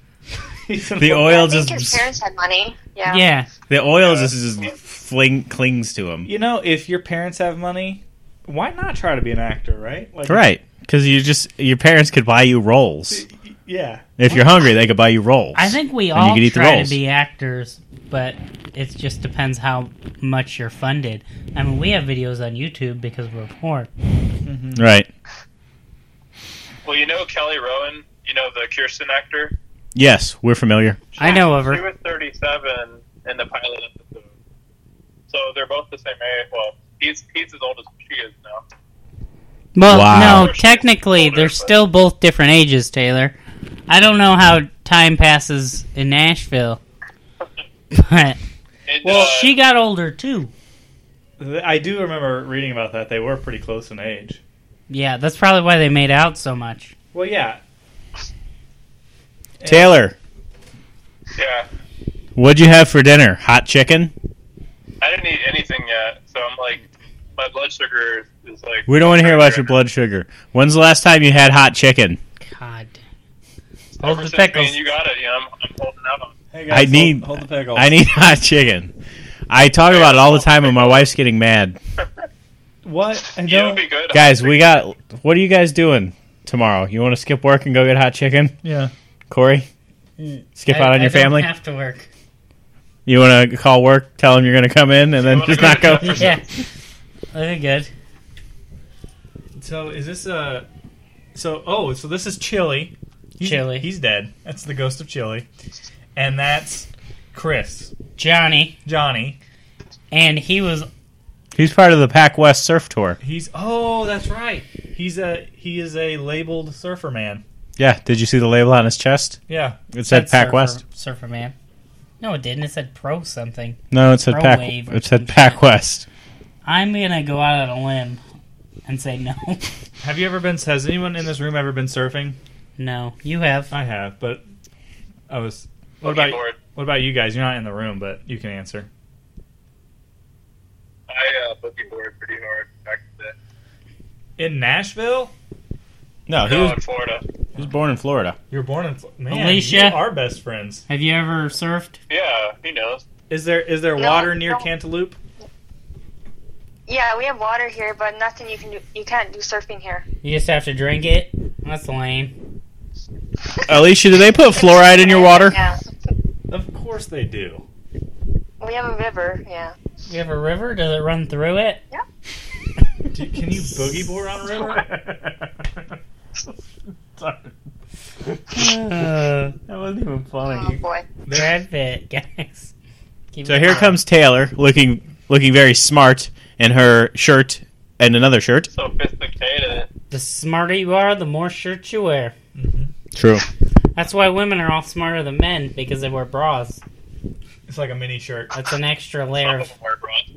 S4: He's an
S2: The
S4: oil-
S2: oil
S6: I think his
S2: just
S6: parents had money. Yeah.
S3: yeah.
S2: the oil just, just fling, clings to him.
S4: You know, if your parents have money, why not try to be an actor, right? Like,
S2: Right. Because you just your parents could buy you rolls.
S4: Yeah.
S2: If you're hungry, they could buy you rolls.
S3: I think we
S2: And
S3: all
S2: could eat the
S3: try
S2: rolls.
S3: to be actors, but it just depends how much you're funded. I mean, we have videos on YouTube because we're poor.
S2: right.
S5: Well, you know Kelly Rowan, you know the Kirsten actor.
S2: Yes, we're familiar.
S3: I know of
S5: She
S3: her.
S5: was 37 in the pilot episode. So they're both the same age. Well, he's he's as old as she is now.
S3: Well,
S2: Wow.
S3: no, technically they're still both different ages, Taylor. I don't know how time passes in Nashville, but
S5: And,
S4: Well,
S5: uh,
S3: she got older too.
S4: Th- I do remember reading about that. They were pretty close in age.
S3: Yeah, that's probably why they made out so much.
S4: Well, yeah.
S2: Taylor,
S5: yeah,
S2: what'd you have for dinner? Hot chicken?
S5: I didn't eat anything yet, so I'm like, my blood sugar is, is like.
S2: We don't want to hear about your blood sugar. When's the last time you had hot chicken?
S3: God. Hold
S5: Ever
S3: the
S5: since
S3: pickles.
S5: me and you got it, you know, I'm, I'm holding out on.
S4: Hey
S2: I need-
S4: hold, hold the pickle.
S2: I need hot chicken. I talk about it all the time, and my wife's getting mad.
S4: what? I
S5: You know, it'd
S4: don't.
S5: be good.
S2: Guys, we got. What are you guys doing tomorrow? You want to skip work and go get hot chicken,
S4: Yeah.
S2: Corey? Skip out on your family.
S3: have to work.
S2: You want to call work, tell them you're going to come in, and then
S5: wanna
S2: just
S5: go
S2: not
S5: to
S2: go.
S5: Jeffrey's?
S3: Yeah. That'd be good.
S4: So is this a? So oh, so this is Chili. He's-
S3: Chili.
S4: He's dead. That's the ghost of Chili, and that's Chris
S3: Johnny.
S4: Johnny.
S3: And he was
S2: He's part of the Pac West Surf Tour.
S4: He's oh, that's right. He's a he is a labeled surfer man.
S2: Yeah, did you see the label on his chest?
S4: Yeah,
S2: It said
S3: Surfer-
S2: Pac West.
S3: Surfer Man. No, it didn't. It said Pro something.
S2: No, it said
S3: Pro
S2: Pac.
S3: Wave or
S2: It said
S3: something.
S2: Pac West.
S3: I'm gonna go out on a limb and say no.
S4: Have you ever been? Has anyone in this room ever been surfing?
S3: no, you have.
S4: I have, but I was. What
S5: Okay,
S4: about
S5: Lord.
S4: what about you guys? You're not in the room, but you can answer.
S5: I uh, boogie board pretty hard back then.
S4: In Nashville, Uh,
S2: No, he
S5: No,
S2: was,
S5: in Florida.
S2: he was born in Florida.
S4: you were born in. Fl- Man,
S3: Alicia.
S4: you are best friends.
S3: Have you ever surfed?
S5: Yeah, he knows.
S4: Is there is there
S6: No,
S4: water near
S6: no.
S4: Cantaloupe?
S6: Yeah, we have water here, but nothing you can do. You can't do surfing here.
S3: You just have to drink it. That's lame.
S2: Alicia, do they put fluoride in your water?
S6: Yeah,
S4: Of course they do.
S6: we have a river. Yeah.
S3: You have a river? Does it run through it?
S4: do can you boogie board on a river? Sorry,
S3: Uh,
S4: that wasn't even
S6: Oh
S4: funny.
S6: boy.
S3: Brad Pitt, guys. Keep
S2: So
S3: it
S2: here
S3: going.
S2: comes Taylor, looking looking very smart in her shirt and another shirt.
S5: Sophisticated.
S3: The smarter you are, the more shirts you wear.
S2: True.
S3: That's why women are all smarter than men because they wear bras.
S4: It's like a mini shirt.
S3: That's an extra
S5: Some
S3: layer
S5: of
S3: of.
S5: them wear bras.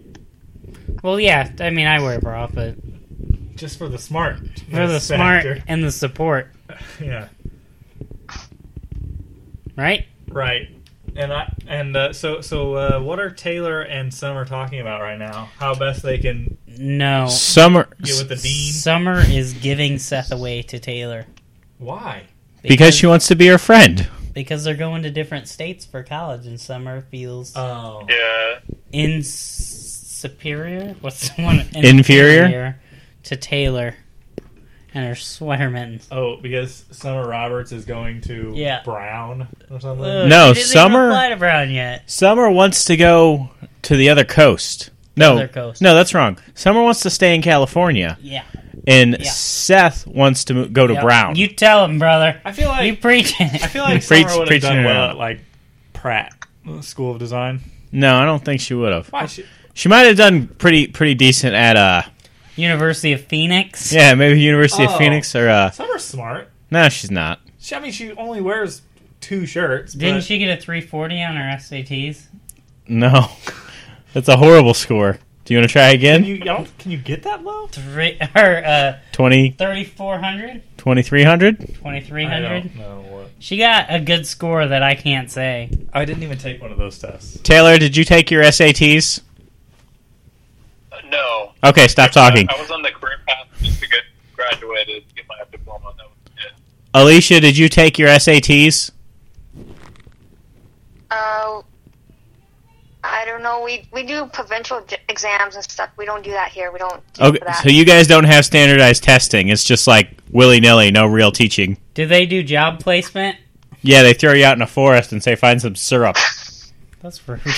S3: Well, yeah, I mean, I wear a bra, but
S4: just for the smart.
S3: for the smart and the support,
S4: Yeah.
S3: right?
S4: Right. And I and uh, so so uh, what are Taylor and Summer talking about right now? How best they can
S3: No.
S2: Summer
S4: get with the dean?
S3: Summer is giving Seth away to Taylor
S4: Why?
S2: because she wants to be her friend.
S3: because they're going to different states for college, and Summer feels
S5: Um,
S4: Oh.
S5: Yeah.
S3: in superior. What's the one
S2: Inferior?
S3: to Taylor and her sweater mittens.
S4: Oh, because Summer Roberts is going to
S3: Yeah.
S4: Brown or something.
S3: Ugh,
S2: No,
S3: she didn't even
S2: Summer-
S3: apply to Brown yet.
S2: Summer wants to go to the other coast. No,
S3: Other coast.
S2: Oh, no, that's wrong. Summer wants to stay in California,
S3: Yeah,
S2: and
S3: Yeah.
S2: Seth wants to mo- go to
S3: Yep.
S2: Brown.
S3: You tell him, brother.
S4: I feel
S3: You
S4: like
S3: preaching it.
S4: I feel like
S2: Preach-
S4: Summer would have
S2: preaching
S4: done
S2: it
S4: well
S2: out.
S4: at like Pratt School of Design.
S2: no, I don't think she would have.
S4: Why? She,
S2: She might have done pretty pretty decent at uh
S3: University of Phoenix.
S2: yeah maybe University
S4: Oh.
S2: of Phoenix or uh
S4: Summer's smart.
S2: no she's not.
S4: She, I mean, she only wears two shirts.
S3: Didn't
S4: but-
S3: she get a 340 on her SATs?
S2: No, that's a horrible score. Do you want to try
S4: Can
S2: again?
S4: you? I don't, can you get that low?
S3: Three or uh,
S2: 20,
S3: 3400,
S2: 2300?
S3: 2300.
S4: know what.
S3: She got a good score that I can't say.
S4: I didn't even take one of those tests.
S2: Taylor, did you take your SATs?
S5: Uh, No.
S2: Okay, stop talking.
S5: I was on the career path just to get graduated, get my diploma. That was it.
S2: Alicia, did you take your SATs?
S6: Uh, I don't know. We we do provincial j- exams and stuff. We don't do that here. We don't. Do
S2: Okay,
S6: that.
S2: so you guys don't have standardized testing. It's just like willy nilly, no real teaching.
S3: Do they do job placement?
S2: Yeah, they throw you out in a forest and say, find some syrup.
S3: That's rude.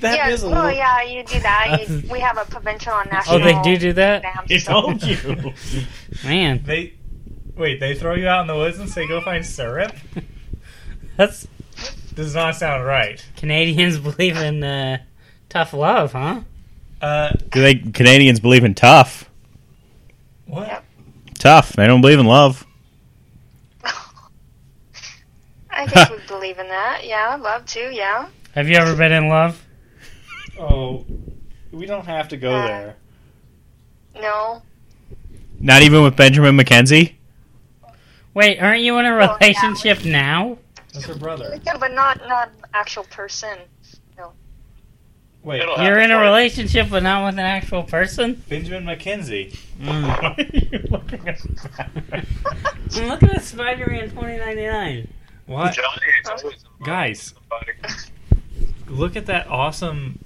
S4: That
S6: yeah,
S4: is a
S6: well,
S4: little.
S6: yeah, you do that. You, we have a provincial and
S3: Oh,
S6: national.
S3: they do do that?
S6: exams
S4: I
S6: and stuff.
S4: told you.
S3: Man.
S4: they wait. They throw you out in the woods and say, "Go find syrup."
S3: That's
S4: Does not sound right.
S3: Canadians believe in uh, tough love, huh?
S4: Uh,
S2: Do they Canadians believe in tough?
S4: what?
S2: Tough. They don't believe in love.
S6: I guess we believe in that. Yeah, love too. Yeah.
S3: Have you ever been in love?
S4: Oh, we don't have to go
S6: Uh,
S4: there.
S6: No.
S2: Not even with Benjamin McKenzie.
S3: Wait, aren't you in a
S6: yeah.
S3: relationship now?
S4: That's her brother.
S6: Yeah, but not not an actual person.
S4: Wait,
S5: It'll
S3: You're in a
S5: happen.
S3: relationship, but not with an actual person.
S4: Benjamin McKenzie.
S3: Mm.
S4: Why are you looking at that?
S3: I'm looking at Spider-Man 2099.
S4: What?
S5: Johnny is always involved
S4: Guys.
S5: with somebody.
S4: Look at that awesome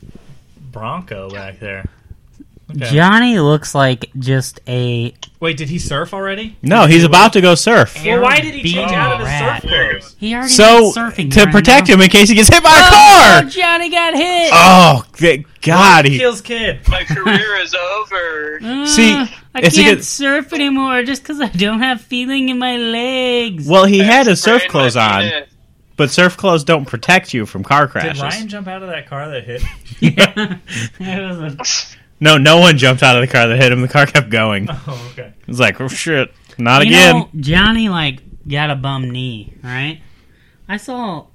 S4: Bronco back there. Okay.
S3: Johnny looks like just a
S4: Wait, did he surf already?
S2: No, he's about to go surf.
S4: Well, why did he change
S3: Airbnb
S4: out of his
S3: rat.
S4: surf clothes?
S3: He already
S2: So
S3: went surfing
S2: to
S3: right
S2: protect
S3: now.
S2: him in case he gets hit by
S3: Oh,
S2: a
S3: no,
S2: car.
S3: Johnny got hit.
S2: Oh, thank God! He,
S4: Kills kid.
S5: My career is over.
S3: Uh,
S2: See,
S3: I
S2: it's a
S3: can't
S2: good-
S3: surf anymore just because I don't have feeling in my legs.
S2: well, he had his
S5: Sprained
S2: surf clothes
S5: my
S2: on,
S5: penis.
S2: but surf clothes don't protect you from car
S4: Did Ryan
S2: crashes.
S4: jump out of that car that hit?
S3: Yeah. It was a-
S2: No, no one jumped out of the car that hit him. The car kept going.
S4: Oh, okay.
S2: It's like, oh shit, not
S3: you
S2: again.
S3: know, Johnny like got a bum knee, right? I saw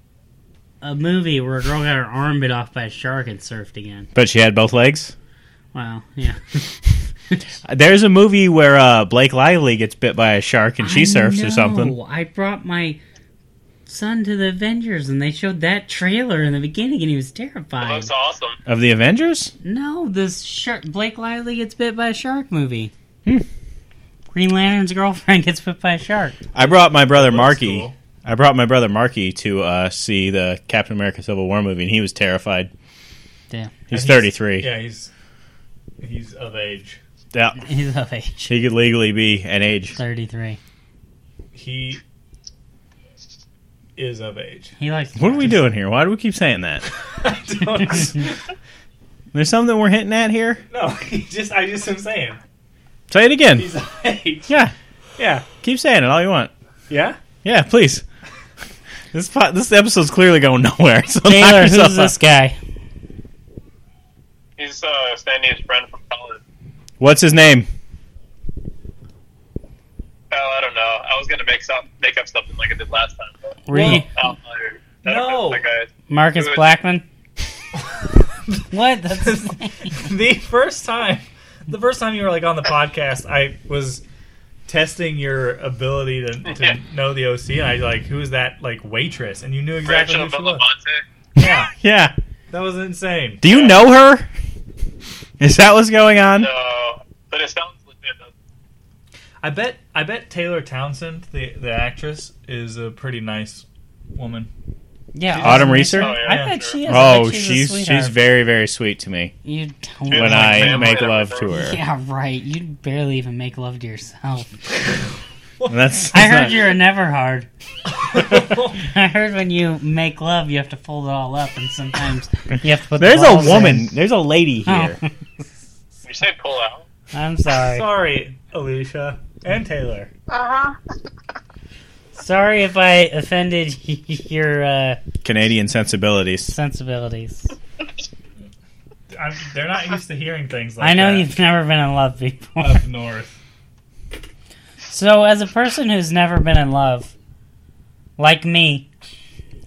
S3: a movie where a girl got her arm bit off by a shark and surfed again.
S2: But she had both legs.
S3: Wow, yeah.
S2: There's a movie where uh, Blake Lively gets bit by a shark and she
S3: I
S2: surfs or
S3: know.
S2: something.
S3: I brought my son to the Avengers and they showed that trailer in the beginning and he was
S5: Well,
S3: terrified.
S5: that's awesome.
S2: Of the Avengers?
S3: No, this shark. Blake Lively gets bit by a shark movie.
S2: Hmm.
S3: Green Lantern's girlfriend gets bit by a shark.
S2: I brought my brother
S4: Looks
S2: Marky.
S4: cool.
S2: I brought my brother Marky to uh, see the Captain America Civil War movie, and he was terrified.
S3: Damn,
S2: He's
S4: And
S2: 33. Yeah.
S4: Yeah, he's he's of age.
S3: he's of age
S2: he could legally be an age.
S3: thirty-three.
S4: He is of age.
S3: He likes.
S2: What are we doing here? Why do we keep saying that?
S4: I don't-
S2: There's something we're hinting at here.
S4: no, he just I just am saying
S2: Say it again.
S4: he's of age.
S2: Yeah,
S4: Yeah,
S2: keep saying it all you want.
S4: yeah.
S2: Yeah, please. This po- this episode's clearly going nowhere. So knock
S3: Taylor,
S2: yourself
S3: who's this
S2: out.
S3: guy?
S5: He's uh, Sandy's friend from college.
S2: What's his name?
S5: Oh, I don't know. I was gonna make up make up something like I did last time. But
S3: Were you-
S5: Oh, I, I
S4: No.
S5: don't know. That guy-
S3: Marcus
S5: Who is-
S3: Blackman? what? That's his name.
S4: the first time, the first time you were like on the podcast, I was testing your ability to, to
S5: Yeah.
S4: know the OC, and I like, who is that like waitress? And you knew exactly
S5: Rachel
S4: who she was.
S5: Belafonte.
S4: Yeah,
S2: Yeah.
S4: that was insane.
S2: Do you know her? Is that what's going on?
S5: No, but it sounds legit. doesn't it?
S4: I bet, I bet Taylor Townsend, the the actress, is a pretty nice woman.
S3: Yeah,
S2: Autumn Reeser?
S5: Oh, yeah,
S3: I bet
S5: sure.
S3: she is. I
S2: Oh,
S3: bet she's
S2: she's
S3: a
S2: she's,
S3: sweetheart.
S2: very very sweet to me
S3: You don't.
S5: She's
S2: when
S5: like
S2: I
S5: family
S2: make
S5: to
S2: love
S5: her.
S2: to her.
S3: Yeah, right. You barely even make love to yourself.
S2: And That's,
S3: I
S2: that's
S3: heard
S2: not-
S3: you're a never hard. I heard when you make love, you have to fold it all up, and sometimes you have to put. the
S2: There's
S3: balls
S2: a
S3: in.
S2: woman. There's a lady
S3: Oh,
S2: here.
S5: You say pull out.
S3: I'm sorry.
S4: Sorry, Alicia and Taylor.
S6: Uh
S3: Sorry if I offended your uh,
S2: Canadian sensibilities.
S3: sensibilities.
S4: I'm, they're not used to hearing things like
S3: I know
S4: that
S3: you've never been in love before.
S4: up north.
S3: So, as a person who's never been in love, like me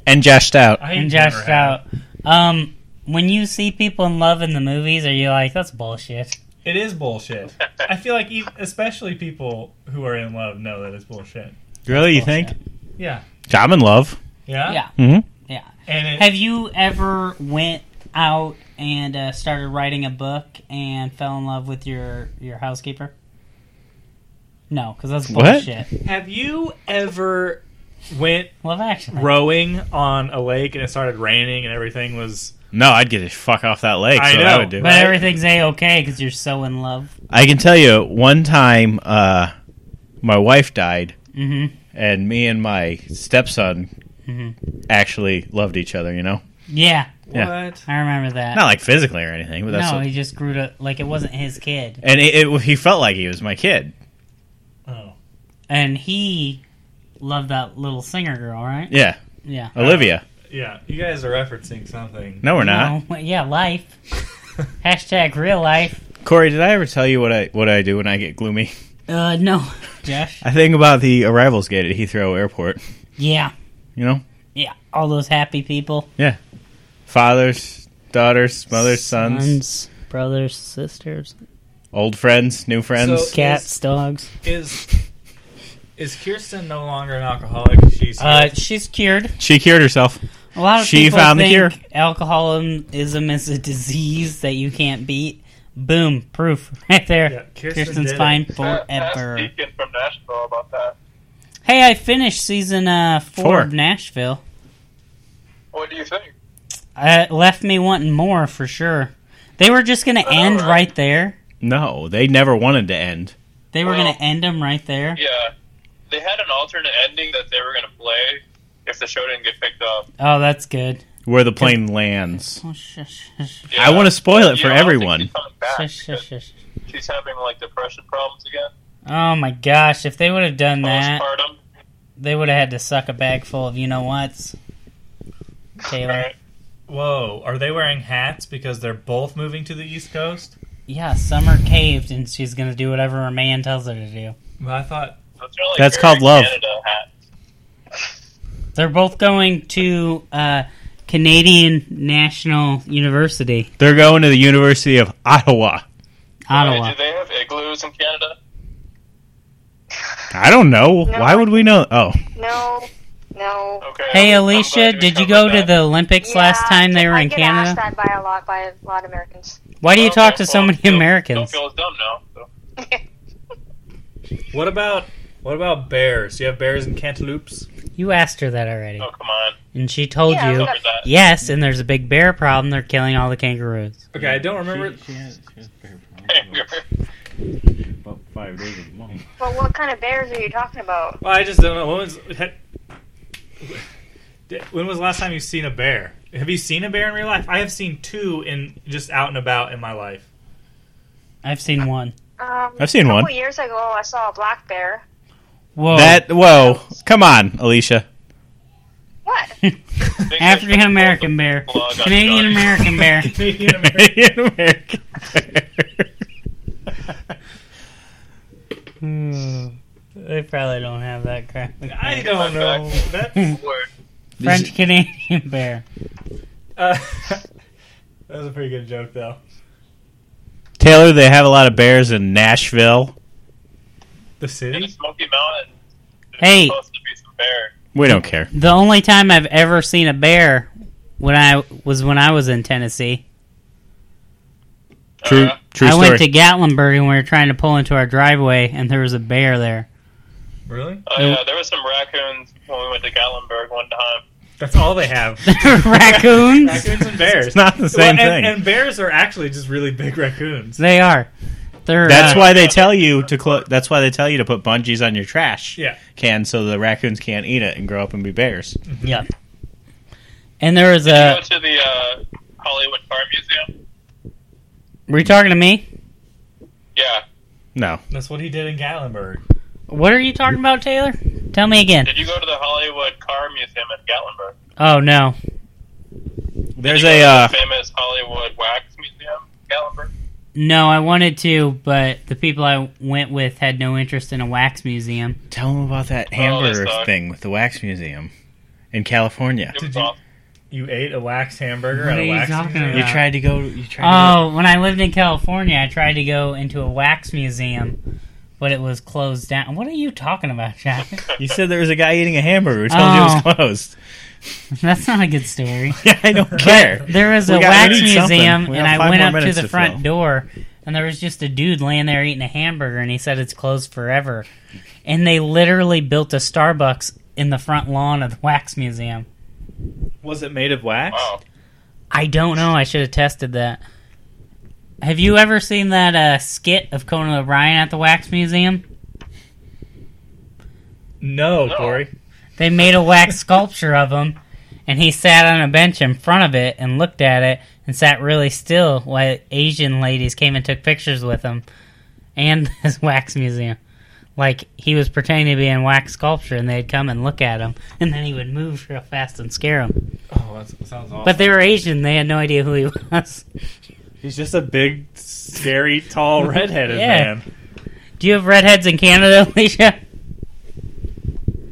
S2: And jashed out.
S4: I
S3: and
S4: never
S3: Josh
S4: have.
S3: out, um, when you see people in love in the movies, are you like, that's bullshit?
S4: It is bullshit. I feel like ev especially people who are in love know that it's bullshit.
S2: Really, you
S3: Bullshit.
S2: think?
S4: Yeah.
S2: I'm in love.
S4: Yeah.
S3: Yeah,
S2: hmm
S3: yeah.
S4: And it,
S3: Have you ever went out and uh, started writing a book and fell in love with your your housekeeper? No, because that's
S2: What?
S3: bullshit.
S4: have you ever went
S3: Love Actually.
S4: rowing on a lake and it started raining and everything was
S2: No, I'd get the fuck off that lake.
S4: I
S2: so
S4: know,
S2: I would do.
S3: but
S4: right?
S3: everything's a okay because you're so in love.
S2: I can tell you one time uh, my wife died,
S3: Mm-hmm.
S2: and me and my stepson
S3: Mhm.
S2: actually loved each other, you know?
S3: Yeah,
S2: Yeah.
S4: what?
S3: I remember that.
S2: Not like physically or anything, but that's.
S3: no,
S2: what-
S3: he just grew to like it wasn't his kid,
S2: and it, it, he felt like he was my kid.
S4: Oh.
S3: and he loved that little singer girl, right?
S2: Yeah.
S3: Yeah.
S2: Olivia.
S4: Yeah, you guys are referencing something.
S2: No, we're not.
S3: No, yeah, life. Hashtag real life.
S2: Corey, did I ever tell you what I what I do when I get gloomy?
S3: Uh, no, Josh.
S2: I think about the arrivals gate at Heathrow Airport.
S3: Yeah,
S2: You know,
S3: yeah. All those happy people.
S2: yeah, fathers, daughters, mothers, sons,
S3: Sons, brothers, sisters,
S2: old friends, new friends.
S4: So-
S3: cats, dogs.
S4: Is is Kirsten no longer an alcoholic? She's
S3: Uh, she's cured.
S2: she cured herself.
S3: A lot of
S2: She
S3: people
S2: found the
S3: think
S2: cure.
S3: alcoholism is a disease that you can't beat. Boom, proof right there.
S4: Yeah, Kirsten
S3: Kirsten's
S4: did it.
S3: fine
S5: Uh,
S3: forever.
S5: Ask Deacon from Nashville about that.
S3: Hey, I finished season uh, four,
S2: Four.
S3: of Nashville.
S5: What do you think?
S3: Uh, it left me wanting more for sure. They were just gonna end
S5: right.
S3: right there.
S2: No, they never wanted to end.
S3: They were
S5: Well,
S3: gonna end them right there.
S5: Yeah, they had an alternate ending that they were going to play if the show didn't get picked up.
S3: Oh, that's good.
S2: Where the plane lands.
S3: Oh, shush, shush,
S5: Yeah.
S2: I want to spoil it for
S5: Yeah, I don't think
S2: everyone.
S5: she's coming back
S3: shush, shush,
S5: because
S3: shush.
S5: She's having like depression problems again.
S3: Oh my gosh! If they would have done that,
S5: Postpartum.
S3: they would have had to suck a bag full of you know what's. Taylor,
S5: Right.
S4: whoa. Are they wearing hats because they're both moving to the East Coast?
S3: yeah, Summer caved and she's gonna do whatever her man tells her to do.
S4: Well, I thought
S5: That's, really
S2: That's
S5: very
S2: called love.
S5: Canada hat.
S3: They're both going to uh, Canadian National University,
S2: They're going to the University of Ottawa.
S3: Ottawa.
S5: Wait, do they have igloos in Canada?
S2: I don't know.
S6: No.
S2: Why would we know? Oh,
S6: No, no.
S5: Okay.
S3: Hey,
S5: I'm- I'm
S3: Alicia,
S5: glad we
S3: did you go
S5: covered
S3: to
S5: that.
S3: the Olympics
S6: Yeah,
S3: last time they were
S6: I
S3: in
S6: get Asked
S3: Canada?
S6: that by a lot by a lot of Americans.
S3: Why do you
S5: Okay,
S3: talk to so
S5: well,
S3: many
S5: don't- Don't
S3: Americans?
S5: feel as dumb now. so.
S4: What about what about bears? Do you have bears in cantaloupes?
S3: You asked her that already,
S5: Oh, come on.
S3: and she told
S6: Yeah,
S3: you
S6: okay.
S5: Covered that.
S3: yes. And there's a big bear problem. They're killing all the kangaroos.
S4: Okay, I don't remember.
S5: Anger.
S6: Well, what kind of bears are you talking about?
S4: Well, I just don't know. When was had- when was the last time you've seen a bear? Have you seen a bear in real life? I have seen two in just out and about in my life.
S3: I've seen one.
S6: Um,
S2: I've seen
S6: a couple
S2: one.
S6: years ago, I saw a black bear.
S3: Whoa!
S2: that whoa! Come on, Alicia.
S6: What?
S3: African American bear,
S5: Blog on
S3: Canadian American bear.
S4: Canadian American.
S2: Canadian American.
S3: they probably don't have that crap.
S4: I don't know. That's,
S5: Word.
S3: French Canadian bear.
S4: uh, that was a pretty good joke, though.
S2: Taylor, they have a lot of bears in Nashville.
S4: The
S5: In the
S4: city?
S5: Smoky Mountain. There's
S3: Hey.
S5: supposed to be some bear.
S2: We don't care.
S3: The only time I've ever seen a bear when I was when I was in Tennessee.
S2: True,
S4: Uh-huh.
S5: Uh,
S2: true
S3: I
S2: story.
S3: went to Gatlinburg and we were trying to pull into our driveway and there was a bear there.
S4: Really?
S5: oh, yeah, there were some raccoons when we went to Gatlinburg one time.
S4: That's all they have.
S3: Raccoons.
S4: raccoons and bears.
S2: it's not the same
S4: Well,
S2: thing.
S4: and, and bears are actually just really big raccoons.
S3: they are. They're
S2: that's
S3: uh,
S2: why they tell you to. Clo- that's why they tell you to put bungees on your trash
S4: Yeah.
S2: can, so the raccoons can't eat it and grow up and be bears.
S3: yeah. And there was
S5: Did you
S3: a.
S5: go to the uh, Hollywood Car Museum?
S3: Were you talking to me?
S5: Yeah.
S2: No,
S4: That's what he did in Gatlinburg.
S3: What are you talking about, Taylor? Tell me again.
S5: Did you go to the Hollywood Car Museum in Gatlinburg?
S3: Oh no,
S2: there's
S5: Did
S2: a.
S5: you go to
S2: Uh,
S5: the famous Hollywood Wax Museum, in Gatlinburg.
S3: no, I wanted to, but the people I went with had no interest in a wax museum.
S2: tell them about that hamburger
S5: sucked.
S2: thing with the wax museum in California.
S5: It
S4: Did
S5: was
S4: you-
S5: awesome.
S4: You ate a wax hamburger
S3: What
S4: at
S3: are
S4: a
S3: you
S4: wax
S3: talking
S4: museum?
S2: You
S3: about?
S2: tried to go. You tried.
S3: Oh, when I lived in California, I tried to go into a wax museum, but it was closed down. What are you talking about, Jack?
S2: To go, you said there was a guy eating a hamburger. Who told you it was
S3: Oh.
S2: closed?
S3: That's not a good story.
S2: Yeah, I don't care.
S3: There was
S2: We
S3: a
S2: got- we
S3: wax
S2: need something.
S3: museum,
S2: We
S3: and
S2: got
S3: I
S2: five
S3: went
S2: more
S3: up to
S2: minutes
S3: the
S2: to
S3: front
S2: fill.
S3: door, and there was just a dude laying there eating a hamburger, and he said it's closed forever. And they literally built a Starbucks in the front lawn of the wax museum.
S4: Was it made of wax?
S5: Wow.
S3: I don't know. I should have tested that. Have you ever seen that uh, skit of Conan O'Brien at the wax museum?
S4: No,
S5: No.
S4: Corey.
S3: They made a wax sculpture of him, and he sat on a bench in front of it and looked at it and sat really still while Asian ladies came and took pictures with him and his wax museum. like he was pretending to be in wax sculpture, and they'd come and look at him, and then he would move real fast and scare them.
S4: Oh, that's, that sounds awful.
S3: But they were Asian; they had no idea who he was.
S4: He's just a big, scary, tall, redheaded
S3: Yeah.
S4: man.
S3: Do you have redheads in Canada, Alicia?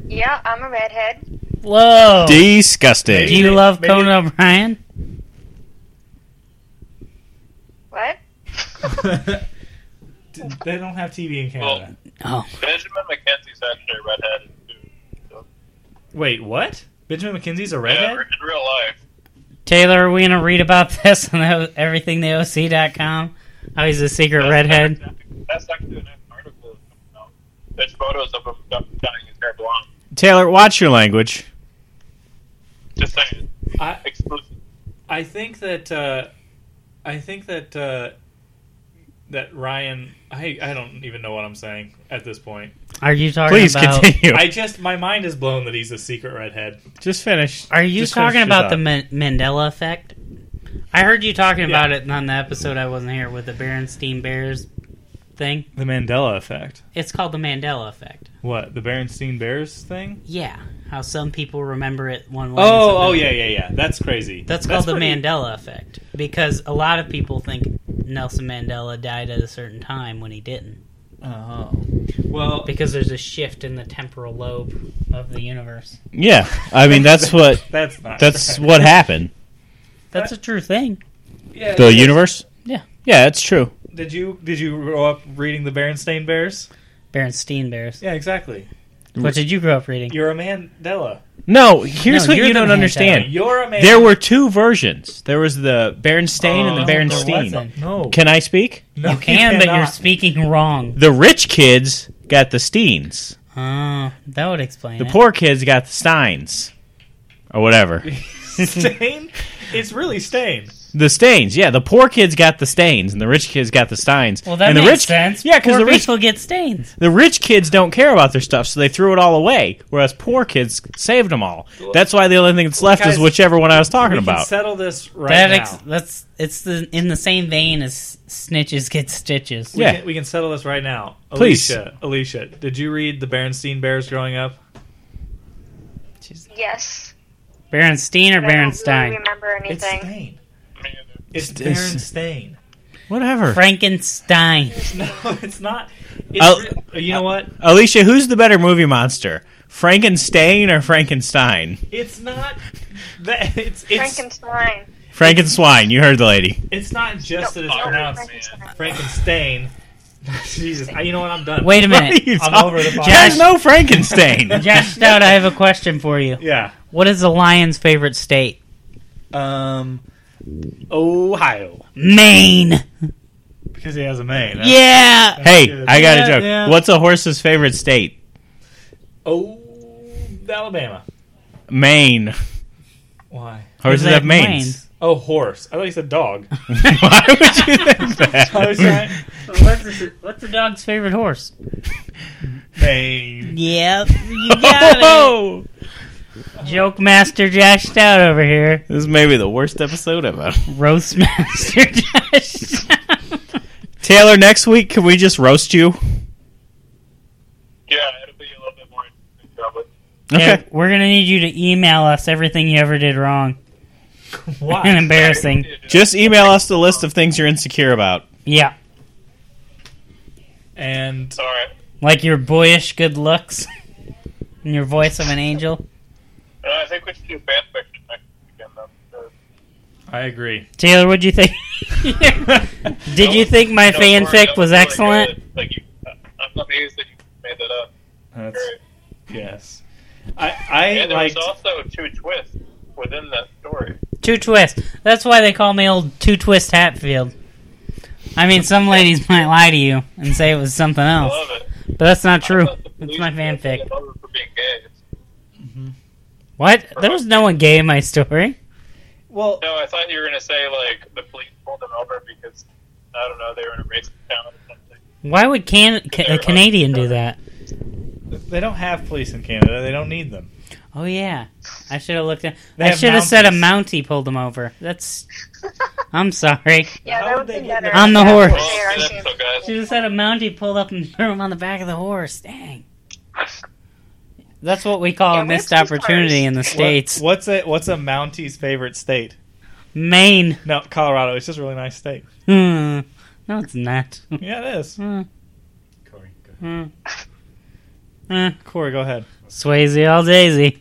S6: Yeah, I'm a redhead.
S3: Whoa! Do you,
S2: Disgusting.
S4: Do Maybe-
S3: love
S4: maybe-
S3: Conan O'Brien?
S6: What?
S4: D- they don't have TV in Canada.
S3: Oh,
S5: Benjamin McKenzie's actually a redhead too.
S4: Wait, what? Benjamin McKenzie's a
S5: Yeah,
S4: redhead?
S5: in real life.
S3: Taylor, are we gonna read about this on the, everythingtheoc.com? How Oh, he's a secret redhead.
S5: That's actually an article. you know. There's photos of him dyeing his hair blonde.
S2: Taylor, watch your language.
S5: Just saying.
S4: I-
S5: Exclusive.
S4: I think that uh, I think that uh, that Ryan. I I don't even know what I'm saying at this point.
S3: Are you talking
S2: Please
S3: about?
S2: continue.
S4: I just my mind is blown that he's a secret redhead.
S2: just finish.
S3: Are you
S2: Just
S3: talking
S2: finish your
S3: about the
S2: thought.
S3: Man- Mandela effect? I heard you talking
S4: Yeah.
S3: about it on the episode I wasn't here with the Berenstein Bears thing.
S4: The Mandela effect.
S3: It's called the Mandela effect.
S4: What the Berenstein Bears thing?
S3: Yeah, how some people remember it one way. and some
S4: Oh, oh
S3: don't.
S4: yeah, yeah, yeah. That's crazy.
S3: That's called the
S4: pretty-
S3: Mandela effect because a lot of people think Nelson Mandela died at a certain time when he didn't
S4: Oh. Well,
S3: because there's a shift in the temporal lobe of the universe.
S2: Yeah, I mean that's what
S4: that's not.
S2: that's
S4: right.
S2: what happened.
S3: That's a true thing.
S4: Yeah,
S2: The
S4: yeah.
S2: universe.
S3: Yeah.
S2: Yeah, it's true.
S4: Did you did you grow up reading the Berenstain Bears?
S3: Berenstein Bears.
S4: Yeah, exactly.
S3: What did you grow up reading?
S4: You're a Mandela.
S2: No, here's
S3: No,
S2: what
S3: you're
S2: you
S3: the
S2: don't
S3: man,
S2: understand.
S4: You're a Mandela.
S2: There were two versions. There was the Berenstain and
S4: Oh,
S2: the
S3: there
S2: Berenstein.
S3: wasn't.
S4: no.
S2: Can I speak?
S4: no,
S3: you can, but you're
S4: cannot.
S3: speaking wrong.
S2: The rich kids got the Steens.
S3: Oh, that would explain
S2: The
S3: it.
S2: poor kids got the Steins. Or whatever.
S4: Stain? It's really Stain.
S2: The Stains, yeah. The poor kids got the Stains, and the rich kids got the Steins.
S3: Well, that
S2: and the
S3: makes
S2: rich,
S3: sense.
S2: Yeah, because
S3: Poor
S2: the rich,
S3: people get stains.
S2: the rich kids don't care about their stuff, so they threw it all away, whereas poor kids saved them all. That's why the only thing that's left
S4: guys,
S2: is whichever one I was talking
S4: We can
S2: about.
S4: settle this right
S3: That
S4: now.
S3: ex- that's it's the, in the same vein as snitches get stitches.
S4: we,
S2: Yeah.
S4: can, we can settle this right now.
S2: Please.
S4: Alicia, Alicia, did you read the Berenstein Bears growing up?
S6: Yes.
S3: Berenstein or
S6: But I don't really
S3: Berenstein?
S6: remember anything.
S4: Stain.
S5: I mean, it's-
S4: It's
S2: It's-
S4: Berenstain.
S2: Whatever.
S3: Frankenstein.
S4: No, it's not.
S2: I'll-
S4: It's re- you know what?
S2: Alicia, who's the better movie monster? Frankenstein or Frankenstein?
S4: It's not. That, it's it's
S6: Frankenstein.
S2: Frankenswine, you heard the lady.
S4: it's not just that it's
S5: No,
S4: pronounced
S6: Frankenstein.
S4: Frankenstein. Jesus, I, you know what? I'm done.
S3: Wait a
S2: What are you
S3: minute.
S4: I'm
S2: talking-
S4: over the podcast.
S2: There's no Frankenstein.
S3: Josh Stout, I have a question for you.
S4: Yeah.
S3: What is the lion's favorite state?
S4: Um, Ohio
S3: Maine.
S4: because he has a mane. huh?
S3: Yeah.
S2: hey, I got a
S4: Yeah,
S2: joke.
S4: yeah.
S2: What's a horse's favorite state?
S4: Oh, Alabama.
S2: Maine.
S4: Why?
S2: Horses
S3: They
S2: have
S3: have
S2: manes.
S4: Oh, horse. I thought you said dog.
S2: Why would you think
S4: I was
S2: Oh, that?
S4: trying.
S3: What's, the, what's the dog's favorite horse?
S4: Mane.
S3: Yep. You
S2: Oh,
S3: got
S2: Whoa!
S3: it. Joke master Josh Stout over here.
S2: This may be the worst episode ever.
S3: Roast master Josh Stout.
S2: Taylor, next week, can we just roast you?
S5: yeah, it'll be a little bit more interesting, probably.
S3: Yeah, we're gonna need you to email us everything you ever did wrong and
S4: Why?
S3: embarrassing. e-
S2: Just email us the list of things you're insecure about.
S3: Yeah,
S4: And
S5: All right.
S3: like your boyish good looks and your voice of an angel.
S5: Uh, I think we should do fan fiction next again, though. because-
S4: I agree.
S3: Taylor, what'd you think? Did you think my
S5: No, sorry,
S3: fanfic
S5: that
S3: was
S5: really
S3: excellent?
S5: good. Like you, uh, I'm amazed that you made that up.
S4: That's
S5: Great.
S4: yes. I I
S5: And there
S4: liked
S5: was also two twists within that story.
S3: Two twist. That's why they call me old Two Twist Hatfield. I mean, some ladies might lie to you and say it was something
S5: I
S3: else,
S5: love it.
S3: but that's not
S5: I
S3: Oh, true.
S5: thought the
S3: It's
S5: police
S3: my
S5: were gonna
S3: fanfic.
S5: get over For being gay.
S3: What? There was no one gay in my story.
S4: well.
S5: No, I thought you were going to say, like, the police pulled them over because, I don't know, they were in a racist town or something.
S3: Why would can a Canadian do that?
S4: They don't have police in Canada. They don't need them.
S3: Oh yeah, I should have looked at.
S4: They
S3: I
S4: have
S3: should have said a
S4: Mounties.
S3: Mountie pulled him over. That's I'm sorry.
S6: Yeah,
S4: How
S6: that
S4: would
S6: would
S4: they
S6: be
S4: get
S6: better.
S4: that?
S3: On the horse.
S5: Well,
S6: There, I
S5: that's
S6: see.
S5: so good.
S3: She just had a Mountie pulled up and threw him on the back of the horse. Dang. That's what we call
S6: Yeah,
S3: a
S6: we
S3: missed
S6: have two
S3: opportunity
S6: cars.
S3: in the States.
S4: What, what's a what's a Mountie's favorite state?
S3: Maine.
S4: No, Colorado. It's just a really nice state.
S3: Hmm. No, it's not.
S4: Yeah, it is.
S3: Hmm.
S2: Corey, go ahead.
S3: Hmm. Eh,
S4: Corey, go ahead.
S3: Swayze all daisy.